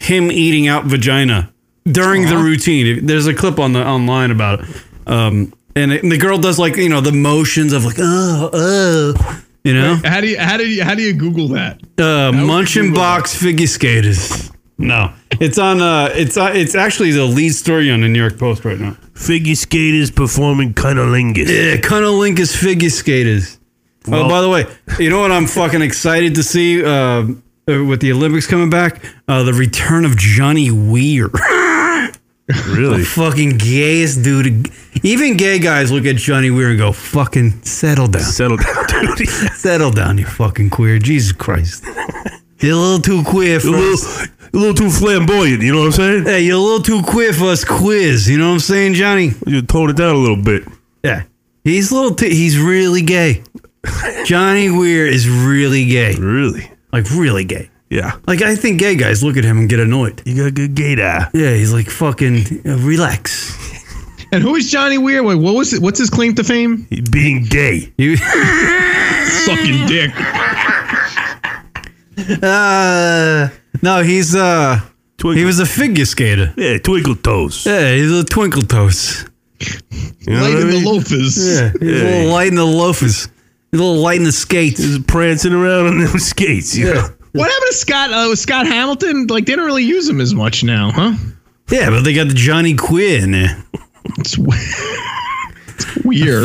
him eating out vagina during the routine. There's a clip on the online about it. Um, and, it, and the girl does like you know the motions of like oh oh you know How do you how do you how do you Google that? uh, Munchin Box Figure Skaters. No, it's on. Uh, it's uh, it's actually the lead story on the New York Post right now. Figure skaters performing cunnilingus. Yeah, cunnilingus figure skaters. oh, Well- by the way, you know what I'm fucking excited to see uh, uh, with the Olympics coming back? Uh, the return of Johnny Weir. Really? the fucking gayest dude. Even gay guys look at Johnny Weir and go, "Fucking settle down, settle down, dude, settle down, you fucking queer." Jesus Christ. You're a little too queer for a little, us. a little too flamboyant. You know what I'm saying? Hey, you're a little too queer for us quiz. You know what I'm saying, Johnny? You tone it down a little bit. Yeah, he's a little. T- he's really gay. Johnny Weir is really gay. Really, like really gay. Yeah. Like I think gay guys look at him and get annoyed. You got a good gay eye. Yeah, he's like fucking uh, relax. And who is Johnny Weir? Wait, what was it? What's his claim to fame? Being gay. You sucking dick. Uh, no, he's uh, he was a figure skater. Yeah, twinkle toes. Yeah, he's a twinkle toes. know Light what I in the mean? loafers. Yeah, he's a Yeah. little light in the loafers. He's a little light in the skates. He's prancing around on them skates. You know? What happened to Scott? Uh, Scott Hamilton? Like they don't really use him as much now, huh? Yeah, but they got the Johnny Quinn in there. It's weird.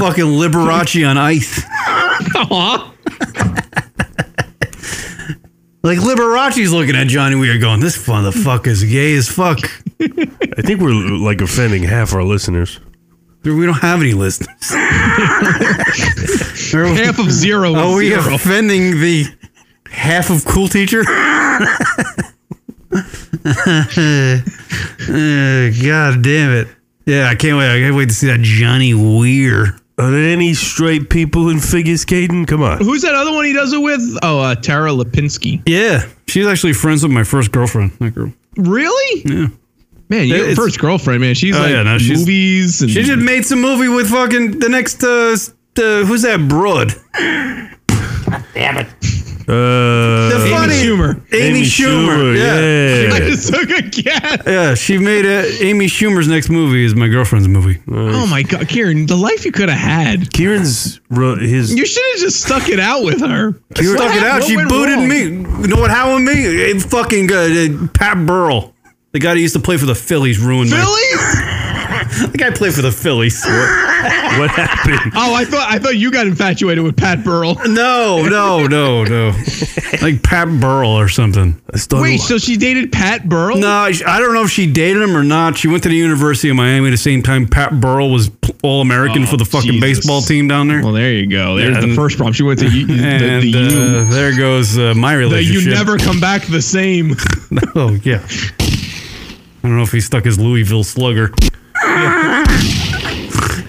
Fucking Liberace on ice. like Liberace's looking at Johnny Weir going, this motherfucker's gay as fuck. I think we're like offending half our listeners. We don't have any listeners. half of zero. Are is Oh, we zero. offending the half of cool teacher? Uh, God damn it. Yeah, I can't wait. I can't wait to see that Johnny Weir. Are there any straight people in figure skating? Come on. Who's that other one he does it with? Oh, uh, Tara Lipinski. Yeah. She's actually friends with my first girlfriend, that girl. Really? Yeah. Man, Yeah, your it's- first girlfriend, man. She's Oh, like yeah, no, she's- movies and She just made some movie with fucking the next uh, s- uh who's that broad? Damn it. Uh, The funny Amy, Schumer. Yeah. I just took a guess. Yeah, she made uh, Amy Schumer's next movie is my girlfriend's movie. Oh my god, Kieran, the life you could have had. Kieran's his You should have just stuck it out with her. She What stuck it happened? out. What She went booted wrong? me. You know what happened with me? It fucking uh, uh, Pat Burrell, the guy who used to play for the Phillies, ruined Phillies. my The guy played for the Phillies. What, what happened? Oh, I thought I thought you got infatuated with Pat Burl. No, no, no, no. Like Pat Burl or something. Wait, so she dated Pat Burl? No, I I don't know if she dated him or not. She went to the University of Miami the same time Pat Burl was All American Oh, for the fucking Jesus. baseball team down there. Well, there you go. There's the first problem. She went to U- the- the and, U. uh, there goes uh, my That relationship. you never come back the same. oh yeah. I don't know if he stuck his Louisville slugger.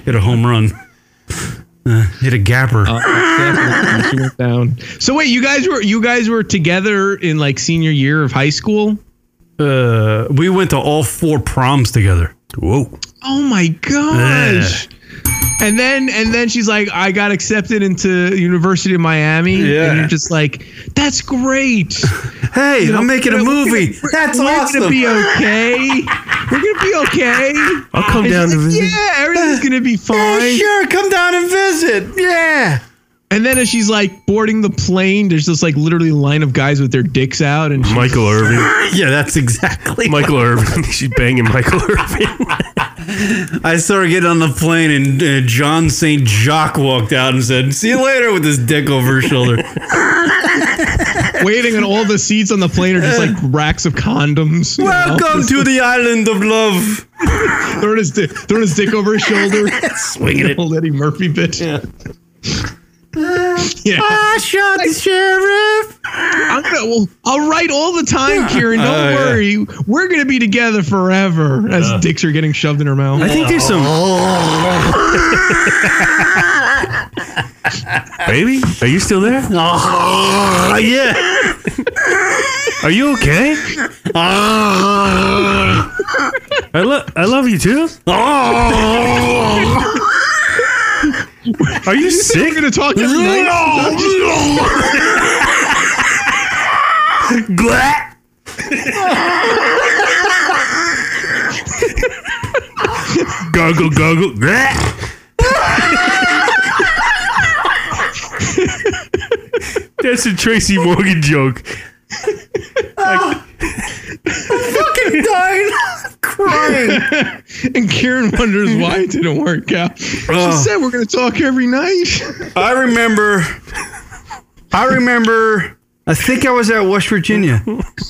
hit a home run. Uh, hit a gapper. she went down. So wait, you guys were you guys were together in like senior year of high school? Uh, we went to all four proms together. Whoa. Oh my gosh. And then and then she's like, I got accepted into University of Miami. Yeah. And you're just like, that's great. Hey, You know, I'm making a we're gonna- movie. we're- That's we're awesome. gonna be okay. We're gonna be okay. I'll come And down she's to like, visit. Yeah, everything's gonna be fine. sure, come down and visit. Yeah. And then as she's like boarding the plane, there's this like literally line of guys with their dicks out and she's Michael Irvin. yeah, that's exactly Michael Irvin. She's banging Michael Irvin. I saw her get on the plane, and uh, John St. Jacques walked out and said, See you later with his dick over her shoulder. waiting and all the seats on the plane are just like racks of condoms. you know? Welcome to the island of love. throwing his dick, throwing his dick over his shoulder, Swinging it. Old Eddie Murphy bitch. Yeah. I Ah, shot the sheriff. I'm gonna. Well, I'll write all the time, Kieran. Don't Oh, yeah. worry. We're gonna be together forever. As Yeah. dicks are getting shoved in her mouth. I think there's some. Baby, are you still there? Oh, yeah. Are you okay? I love I love you too. Are you sick? We're gonna talk every night. Glat. Gargle, gargle. Glat. That's a Tracy Morgan joke. fucking dying. crying. and Kieran wonders why it didn't work out. She Oh. said we're gonna talk every night. I remember. I remember. I think I was at West Virginia,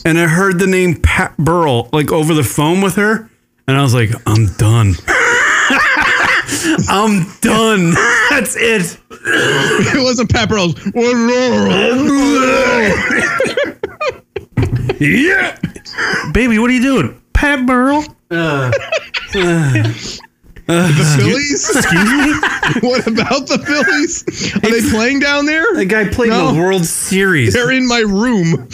and I heard the name Pat Burl like over the phone with her, and I was like, "I'm done. I'm done. That's it." it wasn't Pat Burrell's. Yeah. Baby, what are you doing? Pat Burl. the Phillies? Excuse me? what about the Phillies? Are they playing down there? The guy played No. in the World Series. They're in my room.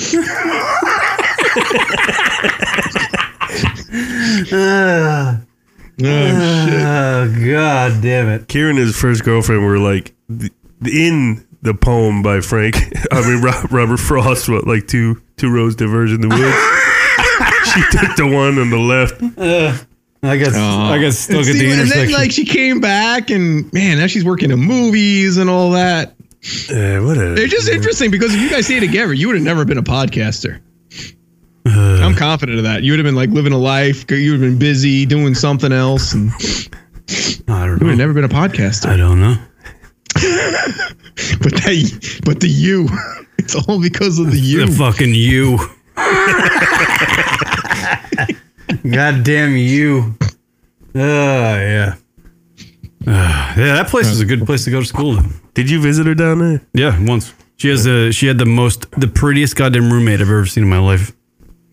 oh, God damn it. Kieran and his first girlfriend were like th- in the poem by Frank. I mean Ro- Robert Frost. What like two two rows diverging the woods. she took the one on the left. I got Oh. I got And stuck at see, the and intersection. then like she came back and man, now she's working in movies and all that. Uh, what a, It's just interesting because if you guys stayed together, you would have never been a podcaster. Uh. I'm confident of that. You would have been like living a life. You would have been busy doing something else, and I don't you would know. have never been a podcaster. I don't know. But that, but the you, it's all because of the you. The fucking you. God damn you. Oh, yeah. Ah, yeah, that place is a good place to go to school. though. Did you visit her down there? Yeah, once. She has a, she had the most the prettiest goddamn roommate I've ever seen in my life.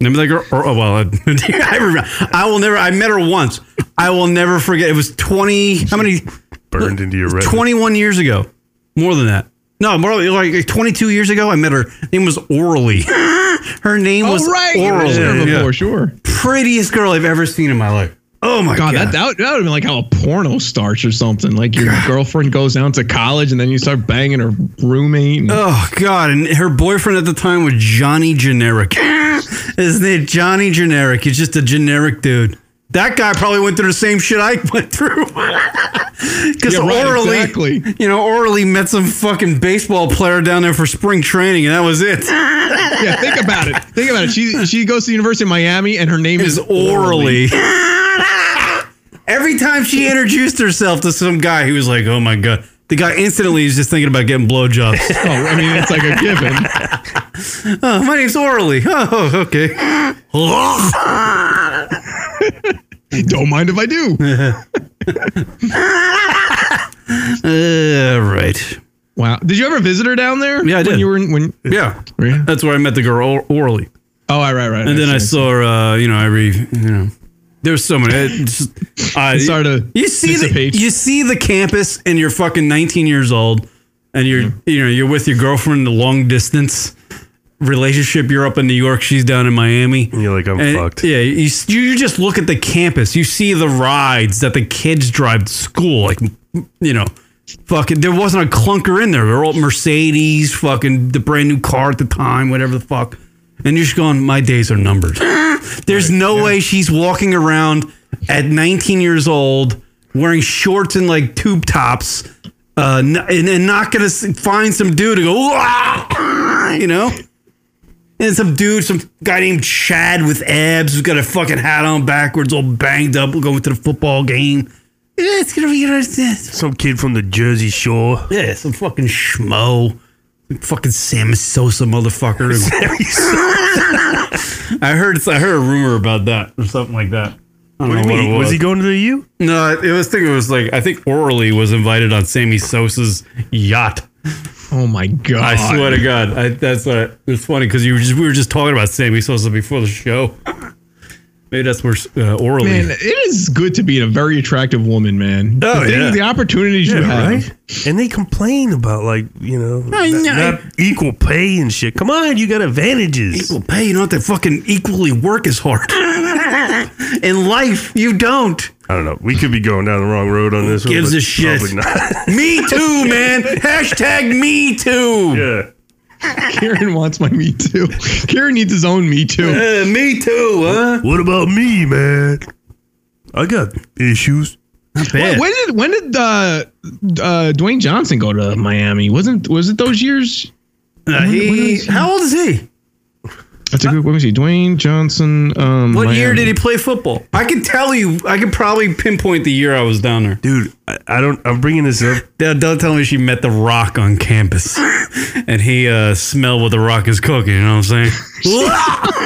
Remember that girl? Or, oh, well, I, I, remember, I will never. I met her once. I will never forget. It was twenty. How many? Burned into your retina. 21 years ago. More than that. No, more like like 22 years ago, I met her. Her name was Orly. Her name Oh, was right. You Orly. mentioned her Yeah. before, sure. Prettiest girl I've ever seen in my life. Oh my God, god, that that would, that would have been like how a porno starts or something. Like your girlfriend goes down to college and then you start banging her roommate. And, Oh god, and her boyfriend at the time was Johnny Generic. Isn't it Johnny Generic? He's just a generic dude. That guy probably went through the same shit I went through. Because Yeah, right, orally, exactly. you know, orally met some fucking baseball player down there for spring training, and that was it. yeah, think about it. Think about it. oh, She she goes to the University of Miami and her name is, is orally. Every time she introduced herself to some guy, he was like, "Oh my god." The guy instantly is just thinking about getting blowjobs. oh, I mean, it's like a given. oh, my name's Orly. Oh, okay. Don't mind if I do. All right. Wow. Did you ever visit her down there? Yeah, I did. When you were in, when Yeah. That's where I met the girl or- orally. Oh, right, right, right. And then I see. saw her, uh, you know, every, you know, there's so many. It just, I, started you see the, you see the campus and you're fucking 19 years old and you're, you know, you're with your girlfriend in a long distance relationship. You're up in New York. She's down in Miami. And you're like, I'm fucked. Yeah. You, you, you just look at the campus. You see the rides that the kids drive to school. Like, you know, fucking, there wasn't a clunker in there. They're all Mercedes, fucking the brand new car at the time, whatever the fuck. And you're just going, my days are numbered. There's no way she's walking around at 19 years old wearing shorts and like tube tops uh, n- and, and not going to find some dude to go, "Wah!" you know? And some dude, some guy named Chad with abs who's got a fucking hat on backwards, all banged up, going to the football game. It's gonna be some kid from the Jersey Shore. Yeah, some fucking schmo. Fucking Sam Sosa motherfucker. I heard I heard a rumor about that or something like that. I What do you mean? Was he going to the U? No, it was. I think it was like I think Orally was invited on Sammy Sosa's yacht. Oh my god! I swear to God, I, that's what it's funny because you were just we were just talking about Sammy Sosa before the show. Maybe that's where uh, Orally. Man, it is good to be a very attractive woman, man. Oh, the, thing- yeah. the opportunities you Yeah, have. right? And they complain about like you know, I not- know. not equal pay and shit. Come on, you got advantages. Equal pay, you don't have to fucking equally work as hard. In life, you don't. I don't know. We could be going down the wrong road on this. gives one, but a shit? Probably not. me too, man. Hashtag me too. Yeah. Kieran wants my me too. Kieran needs his own me too. Uh, me too, huh? What about me, man? I got issues. When, when did when did uh, uh, Dwayne Johnson go to Miami? Wasn't was it those years? Uh, he- how old is he? That's a good. What was he? Dwayne Johnson. Um, What year Miami. did he play football? I can tell you. I could probably pinpoint the year I was down there, dude. I, I don't. I'm bringing this up. Don't, don't tell me she met the Rock on campus, and he uh, smelled what the Rock is cooking. You know what I'm saying?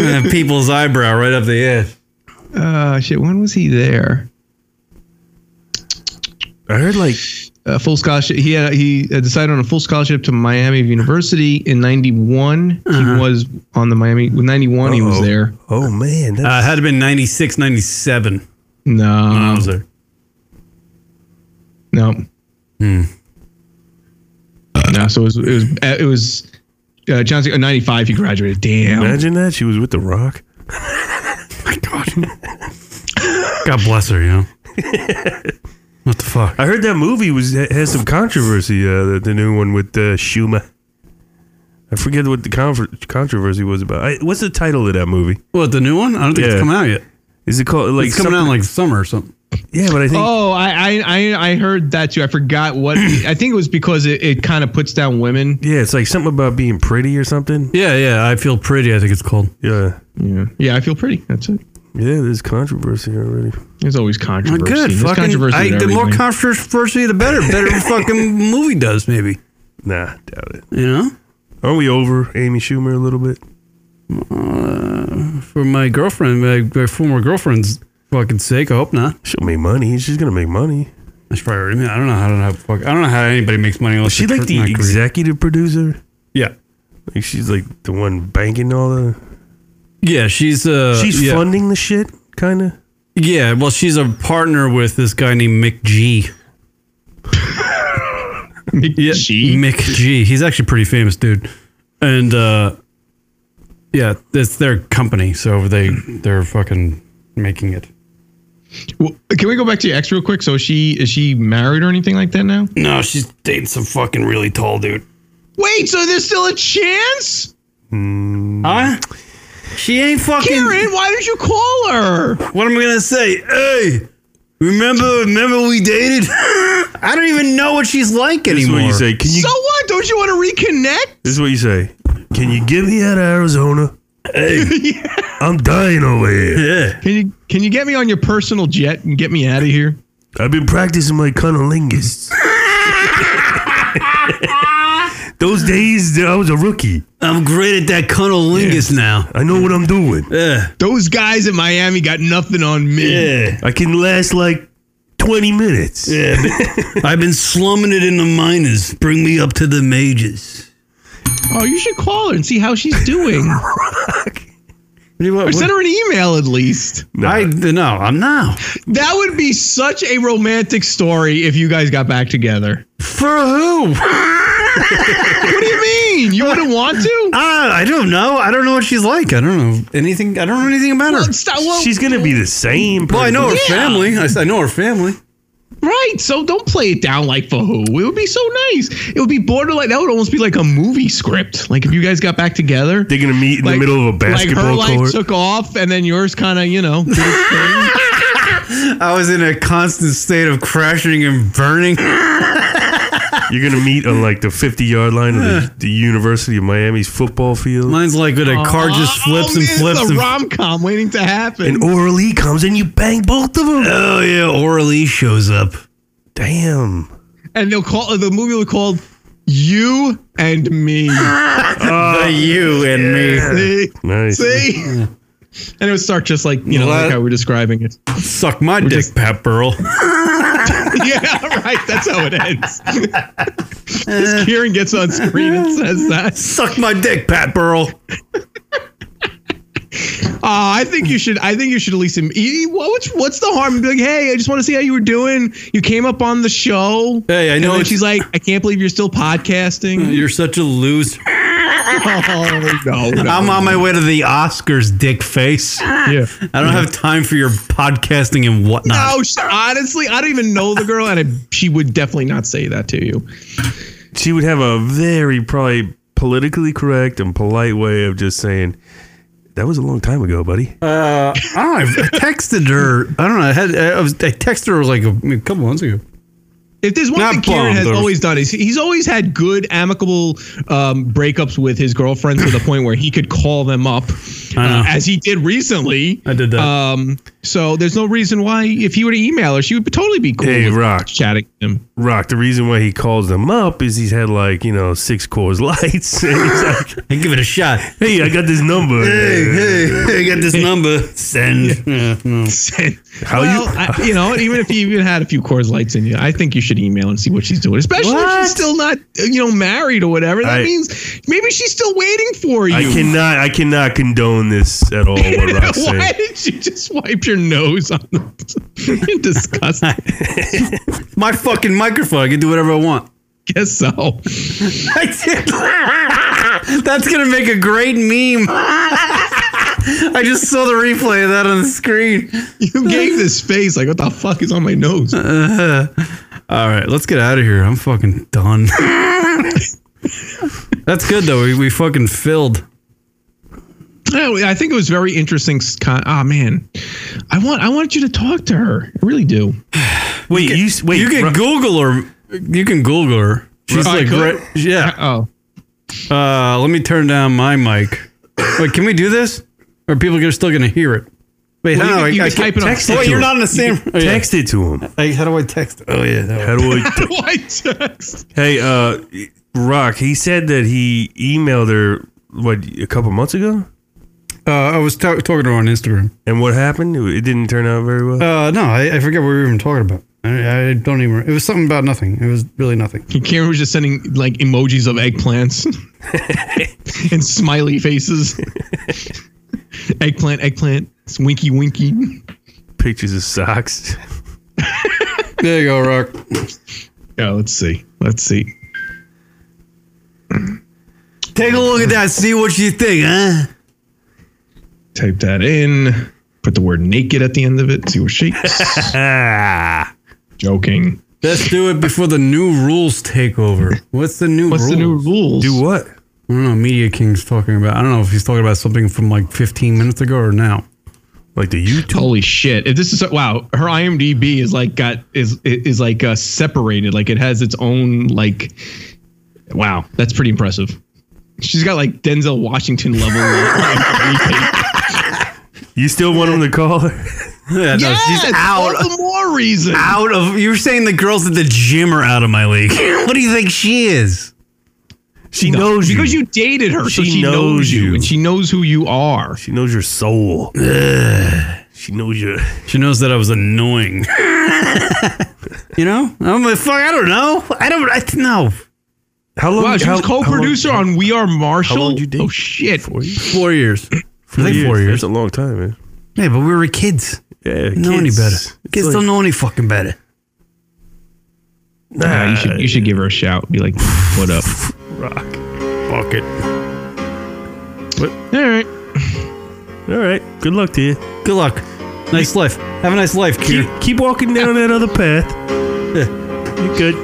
And people's eyebrow right up the ass. Uh, shit. When was he there? I heard like a full scholarship. He had he had decided on a full scholarship to Miami University in '91. He was on the Miami. With '91, he was Uh-huh. Uh-oh. there. Oh man, Uh, it had to been 96, 97. No, when I was there. no, Hmm. no. So it was it was uh, it was uh, Johnson. uh, '95, he graduated. Damn. Imagine that she was with the Rock. God bless her. You know. what the fuck? I heard that movie was has some controversy. Uh, the, the new one with uh, Schumer. I forget what the conver- controversy was about. I, what's the title of that movie? What the new one? I don't think it's come out yet. Is it called like it's coming out in something- like summer or something. Yeah, but I think Oh, I, I I I heard that too. I forgot what. I think it was because it, it kind of puts down women. Yeah, it's like something about being pretty or something. Yeah, yeah. I feel pretty. I think it's called. Yeah. Yeah. Yeah, I feel pretty. That's it. Yeah, there's controversy already. There's always Oh, controversy. good. There's Fucking, controversy I, in the more everything. controversy, the better. Better fucking movie does, maybe. Nah, doubt it. You know? Aren't we over Amy Schumer a little bit? Uh, for my girlfriend, my, my former girlfriend's fucking sake, I hope not. She'll make money. She's gonna make money. That's probably right. I don't know how to how fuck. I don't know how anybody makes money unless Is she they're like the not greedy. executive producer? Yeah. Like she's like the one banking all the Yeah, she's uh, She's yeah. funding the shit, kinda. Yeah, well, she's a partner with this guy named Mick G. Mick G. Mick G. He's actually a pretty famous, dude. And uh, yeah, it's their company, so they they're fucking making it. Well, can we go back to your ex real quick? So is she is she married or anything like that now? No, she's dating some fucking really tall dude. Wait, so there's still a chance? Huh? She ain't fucking. Karen, why did you call her? What am I gonna say? Hey, remember remember we dated? I don't even know what she's like This is anymore. what you say. Can you so what? Don't you want to reconnect? This is what you say. Can you get me out of Arizona? Hey. I'm dying over here. Yeah. Can you can you get me on your personal jet and get me out of here? I've been practicing my cunnilingus. Those days, I was a rookie. I'm great at that cunnilingus now. I know what I'm doing. Yeah. Those guys in Miami got nothing on me. Yeah. I can last like 20 minutes. Yeah. but I've been slumming it in the minors. Bring me up to the majors. Oh, you should call her and see how she's doing. or send her an email at least. I no, I'm not. That would be such a romantic story if you guys got back together. For who? what do you mean? You wouldn't want to? Uh, I don't know. I don't know what she's like. I don't know anything. I don't know anything about her. Well, stop- well- She's going to be the same. Well, I know her person. Yeah. family. I, s- I know her family. Right. So don't play it down like for who. It would be so nice. It would be borderline. That would almost be like a movie script. Like if you guys got back together. They're going to meet in the middle of a basketball like her court. life took off, and then yours kind of, you know. did its thing. I was in a constant state of crashing and burning. You're going to meet on like the 50 yard line of the, the University of Miami's football field. Mine's like when a car just flips and this is flips. oh, a And, rom com waiting to happen. And Oral E comes and you bang both of them. Oh yeah, Oral E shows up. Damn. and they'll call the movie will be called "You and Me." The you and me See, Nice. see, and it would start just like you know, like how we're describing it. suck my dick, Pat Burl. yeah, right. That's how it ends. As Kieran gets on screen and says that. Suck my dick, Pat Burl. Uh, I think you should. I think you should at least. em- e- what- What's what's the harm? Be like, hey, I just want to see how you were doing. You came up on the show. Hey, I know And then it's- she's like, I can't believe you're still podcasting. You're such a loser. oh no, no. I'm on my way to the Oscars, dick face. I yeah. don't have time for your podcasting and whatnot. No, Oh, sh honestly, I don't even know the girl, and I, she would definitely not say that to you. She would have a very probably politically correct and polite way of just saying, that was a long time ago, buddy. Oh, I don't know. I texted her. I don't know. I, had, I, was, I texted her like a, a couple months ago. If there's one Not thing Kieran bummed, has I was- always done is he's always had good, amicable um, breakups with his girlfriends to the point where he could call them up, I know. uh, as he did recently. I did that. Um, so there's no reason why if he were to email her, she would totally be cool. Hey, with Rock. chatting with him. Rock, the reason why he calls them up is he's had like, you know, six Coors Lights. And he's like, I give it a shot. hey, I got this number. hey, I got this number. Send. How well, you? I, you know, even if you even had a few Coors Lights in you, I think you should email and see what she's doing. Especially if What? she's still not, uh, you know, married or whatever. That I- means maybe she's still waiting for you. I cannot. I cannot condone this at all. What Rock's Why saying. did you just wipe your nose on the? You're disgusting. My fucking microphone. I can do whatever I want. Guess so. I did. That's gonna make a great meme. I just saw the replay of that on the screen. You gave this face like, what the fuck is on my nose? Uh, All right, let's get out of here. I'm fucking done. That's good though. We, we fucking filled. No, I think it was very interesting. s- Con- ah, man, I want I want you to talk to her. I really do. Wait, you, s wait. you can Rock- Google her. You can Google her. She's I like, could? right, yeah. Oh, Uh, let me turn down my mic. Wait, can we do this? Or people are still gonna hear it? Wait, Well, you how can- you do I, I can type it can't- on- Text it Wait, to you're him. not in the same. Oh, yeah. text it to him. Like, how do I text? Oh yeah. that How do I? why text? hey, uh, Rock. He said that he emailed her what a couple months ago, Uh, I was ta- talking to her on Instagram. and what happened? It didn't turn out very well. Uh, no, I, I forget what we were even talking about. I, I don't even. It was something about nothing. It was really nothing. Karen was just sending like emojis of eggplants and smiley faces. eggplant, eggplant, it's winky, winky. Pictures of socks. There you go, Rock. Yeah, let's see. Let's see. Take a look at that. See what you think, huh? Type that in. Put the word naked at the end of it. See what shakes. Ah, Joking. Let's do it before the new rules take over. What's the new What's rules? the new rules? do what? I don't know. Media King's talking about. I don't know if he's talking about something from like 15 minutes ago or now. Like the YouTube? Holy shit! If this is wow, her IMDb is like got is is like uh, separated, like it has its own like. Wow, that's pretty impressive. She's got like Denzel Washington level. like, You still want him to call her? Yeah, no, she's out. All the more reason. Out of you were saying the girls at the gym are out of my league. what do you think she is? She knows you. because you dated her, so she knows you, and she knows who you are. She knows your soul. she knows your. She knows that I was annoying. You know, I'm like, fuck. I don't know. I don't. I know. How Wow, she was co-producer on We Are Marshall. how long did you date? Oh shit! Four years. I think four years. That's a long time, man. Yeah, but we were kids. Yeah, Didn't know any kids. better. It's Kids like- don't know any fucking better. Nah, you should you should give her a shout. Be like, what up? Rock. Fuck it. All right. All right. Good luck to you. Good luck. Nice life. Have a nice life, kid. Keep, keep walking down that other path. You good?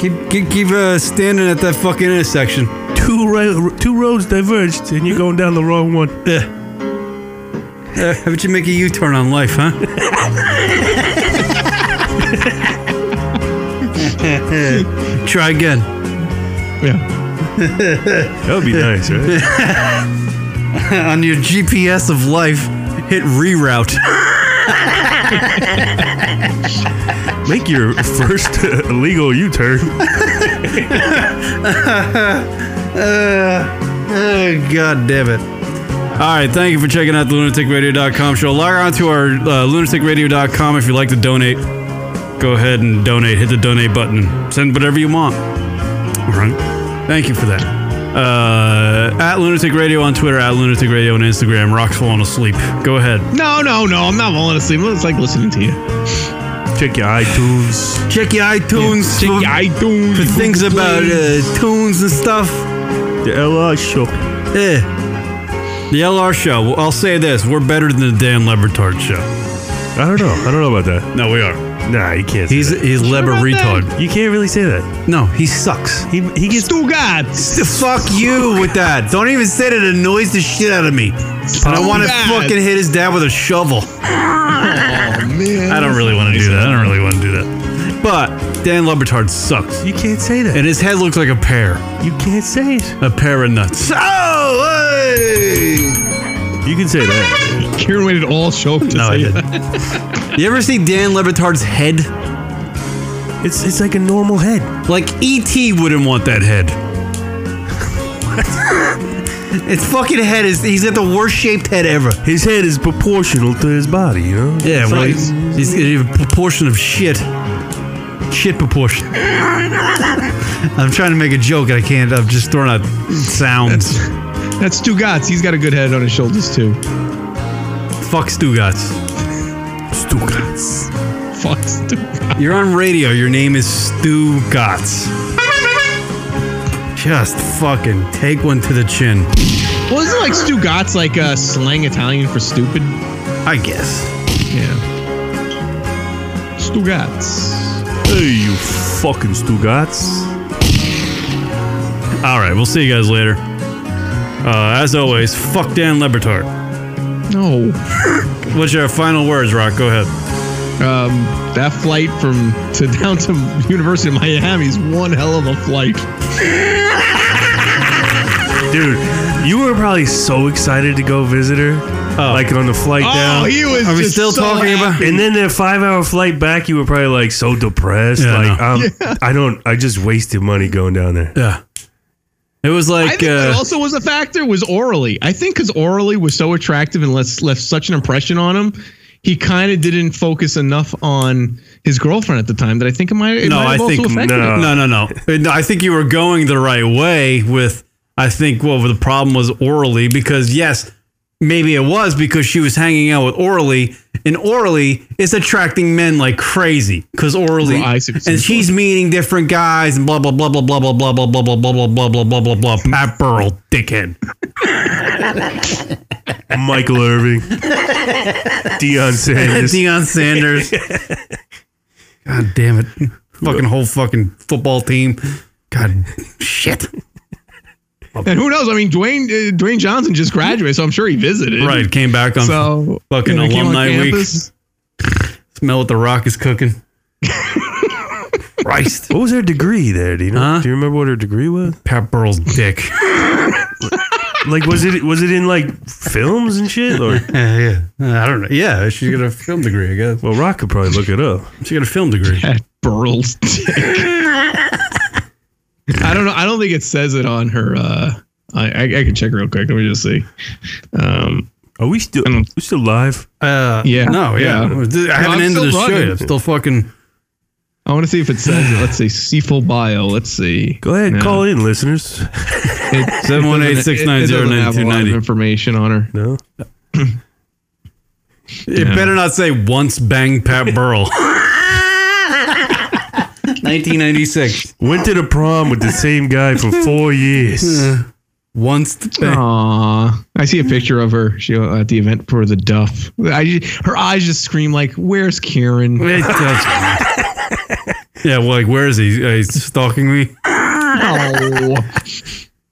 Keep keep, keep uh, standing at that fucking intersection. Two ri- two roads diverged, and you're going down the wrong one. Yeah. Uh, how about you make a U-turn on life, huh? Try again. Yeah. That would be nice, right? on your GPS of life, hit reroute. Make your first illegal U-turn. Oh, God damn it. All right, thank you for checking out the lunaticradio.com show. Log on to our uh, lunaticradio.com if you'd like to donate. Go ahead and donate. Hit the donate button. Send whatever you want. All right. Thank you for that. Uh, at Lunatic Radio on Twitter, at Lunatic Radio on Instagram. Rock's falling asleep. Go ahead. No, no, no. I'm not falling asleep. It's like listening to you. Check your iTunes. Check your iTunes Check your iTunes. for things Google about Play. uh, tunes and stuff. The LR show. Eh. The LR show. Well, I'll say this: we're better than the Dan Lebertard show. I don't know. I don't know about that. No, we are. Nah, you can't. Say He's that. he's Leber retard. You can't really say that. No, he sucks. He he gets Stugat. The fuck you with that! Don't even say that. It annoys the shit out of me. And I want to bad. fucking hit his dad with a shovel. I don't really want to do that. I don't really want to do that. But Dan Lebertard sucks, You can't say that. and his head looks like a pear, you can't say it. a pair of nuts. Oh, You can say that. Kieran waited all show to No, I say that. didn't. you ever see Dan Lebertard's head? It's it's like a normal head. Like E.T. wouldn't want that head. Its fucking head is he's got the worst shaped head ever. His head is proportional to his body. You know. Yeah, It's well, like- he's, he's got a proportion of shit. Shit proportion. I'm trying to make a joke and I can't. I'm just throwing out sounds. That's Stugatz. He's got a good head on his shoulders too. Fuck Stugatz. Stugatz. Fuck Stugatz. You're on radio. Your name is Stu Gotts. Just fucking take one to the chin. Well, isn't like Stugatz like uh, slang Italian for stupid? I guess. Yeah. Stugatz. Hey, you fucking Stugatz. All right, we'll see you guys later. Uh, as always, fuck Dan Lebertard. No. What's your final words, Rock? Go ahead. Um, that flight from to down to University of Miami is one hell of a flight. Dude, you were probably so excited to go visit her. Like on the flight Oh, down. he was. Are we just still so talking happy. about- and then that five hour flight back, you were probably like so depressed. Yeah, like, no. um, I don't, I just wasted money going down there. Yeah. It was I like think that uh, also was a factor was orally. I think because orally was so attractive and left, left such an impression on him, he kind of didn't focus enough on his girlfriend at the time that I think it might. It no, might I have also think no, affected him. no, no, no. And I think you were going the right way with. I think well, the problem was orally because yes, maybe it was because she was hanging out with orally, and orally is attracting men like crazy because orally, Right, I see what you're and saying. she's meeting different guys and blah blah blah blah blah blah blah blah blah blah blah blah blah blah blah blah blah. Pat Burl, dickhead. Michael Irving, Dion Sanders. Deion Sanders. God damn it. Fucking whole fucking football team. God shit. And who knows? I mean, Dwayne uh, Dwayne Johnson just graduated, so I'm sure he visited. Right, came back on So fucking came on alumni week. campus. Smell what the rock is cooking. Christ. What was her degree there? Do you know? Huh? Do you remember what her degree was? Pat Burl's dick. Like, was it was it in like films and shit? Or Uh, yeah, I don't know. Yeah, she's got a film degree, I guess. Well, Rock could probably look it up. She got a film degree. Burl's I don't know. I don't think it says it on her. Uh, I, I, I can check real quick. Let me just see. Um, Are we still we still live? Uh, Yeah. No, yeah. I haven't ended the show yet. I'm still fucking. I want to see if it says it. Let's see. Ceful bio. Let's see. Go ahead. Call in, listeners. Seven one eight six nine zero nine two ninety. Information on her. No. It Yeah. better not say once banged Pat Burl. 1996. Went to the prom with the same guy for four years. Once. Aww. I see a picture of her. She uh, at the event for the Duff. I her eyes just scream like, "Where's Karen?" Yeah, well, like, where is he? Uh, he's stalking me. oh.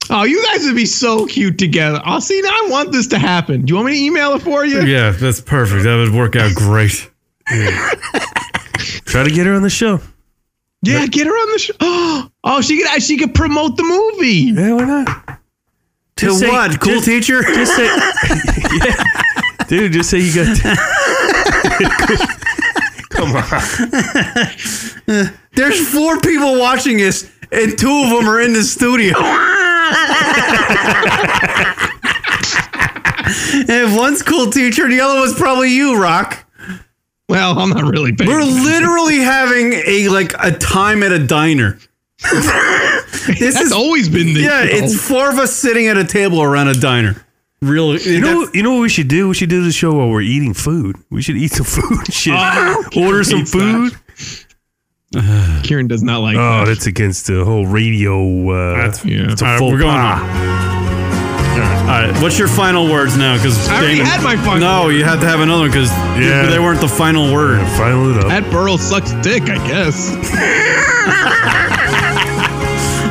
oh, you guys would be so cute together. I'll see. Now I want this to happen. Do you want me to email it for you? Yeah, that's perfect. That would work out great. Try to get her on the show. Yeah, get her on the show. Oh, she could she could promote the movie. Yeah, why not? To what? cool teacher? Just say, Yeah. dude. Just say you got. Come on. There's four people watching us, and two of them are in the studio. and one's cool teacher, the other one's probably you, Rock. Well, I'm not really. paying We're attention. literally having a like a time at a diner. this That's always been the yeah. show. It's four of us sitting at a table around a diner. Really, You know, you know what we should do? We should do the show while we're eating food. We should eat some food. and Shit, Oh, order some hates that. food. Kieran does not like. Oh, that. that's against the whole radio. Uh, That's- yeah. It's a All right, full we're going pa. All right, what's your final words now? Because I already had my final No, you had to have another one because Yeah. they weren't the final word. Final it up. That Burl sucks dick, I guess.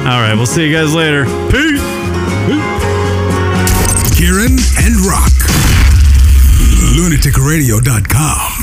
All right, we'll see you guys later. Peace. Kieran and Rock. LunaticRadio.com.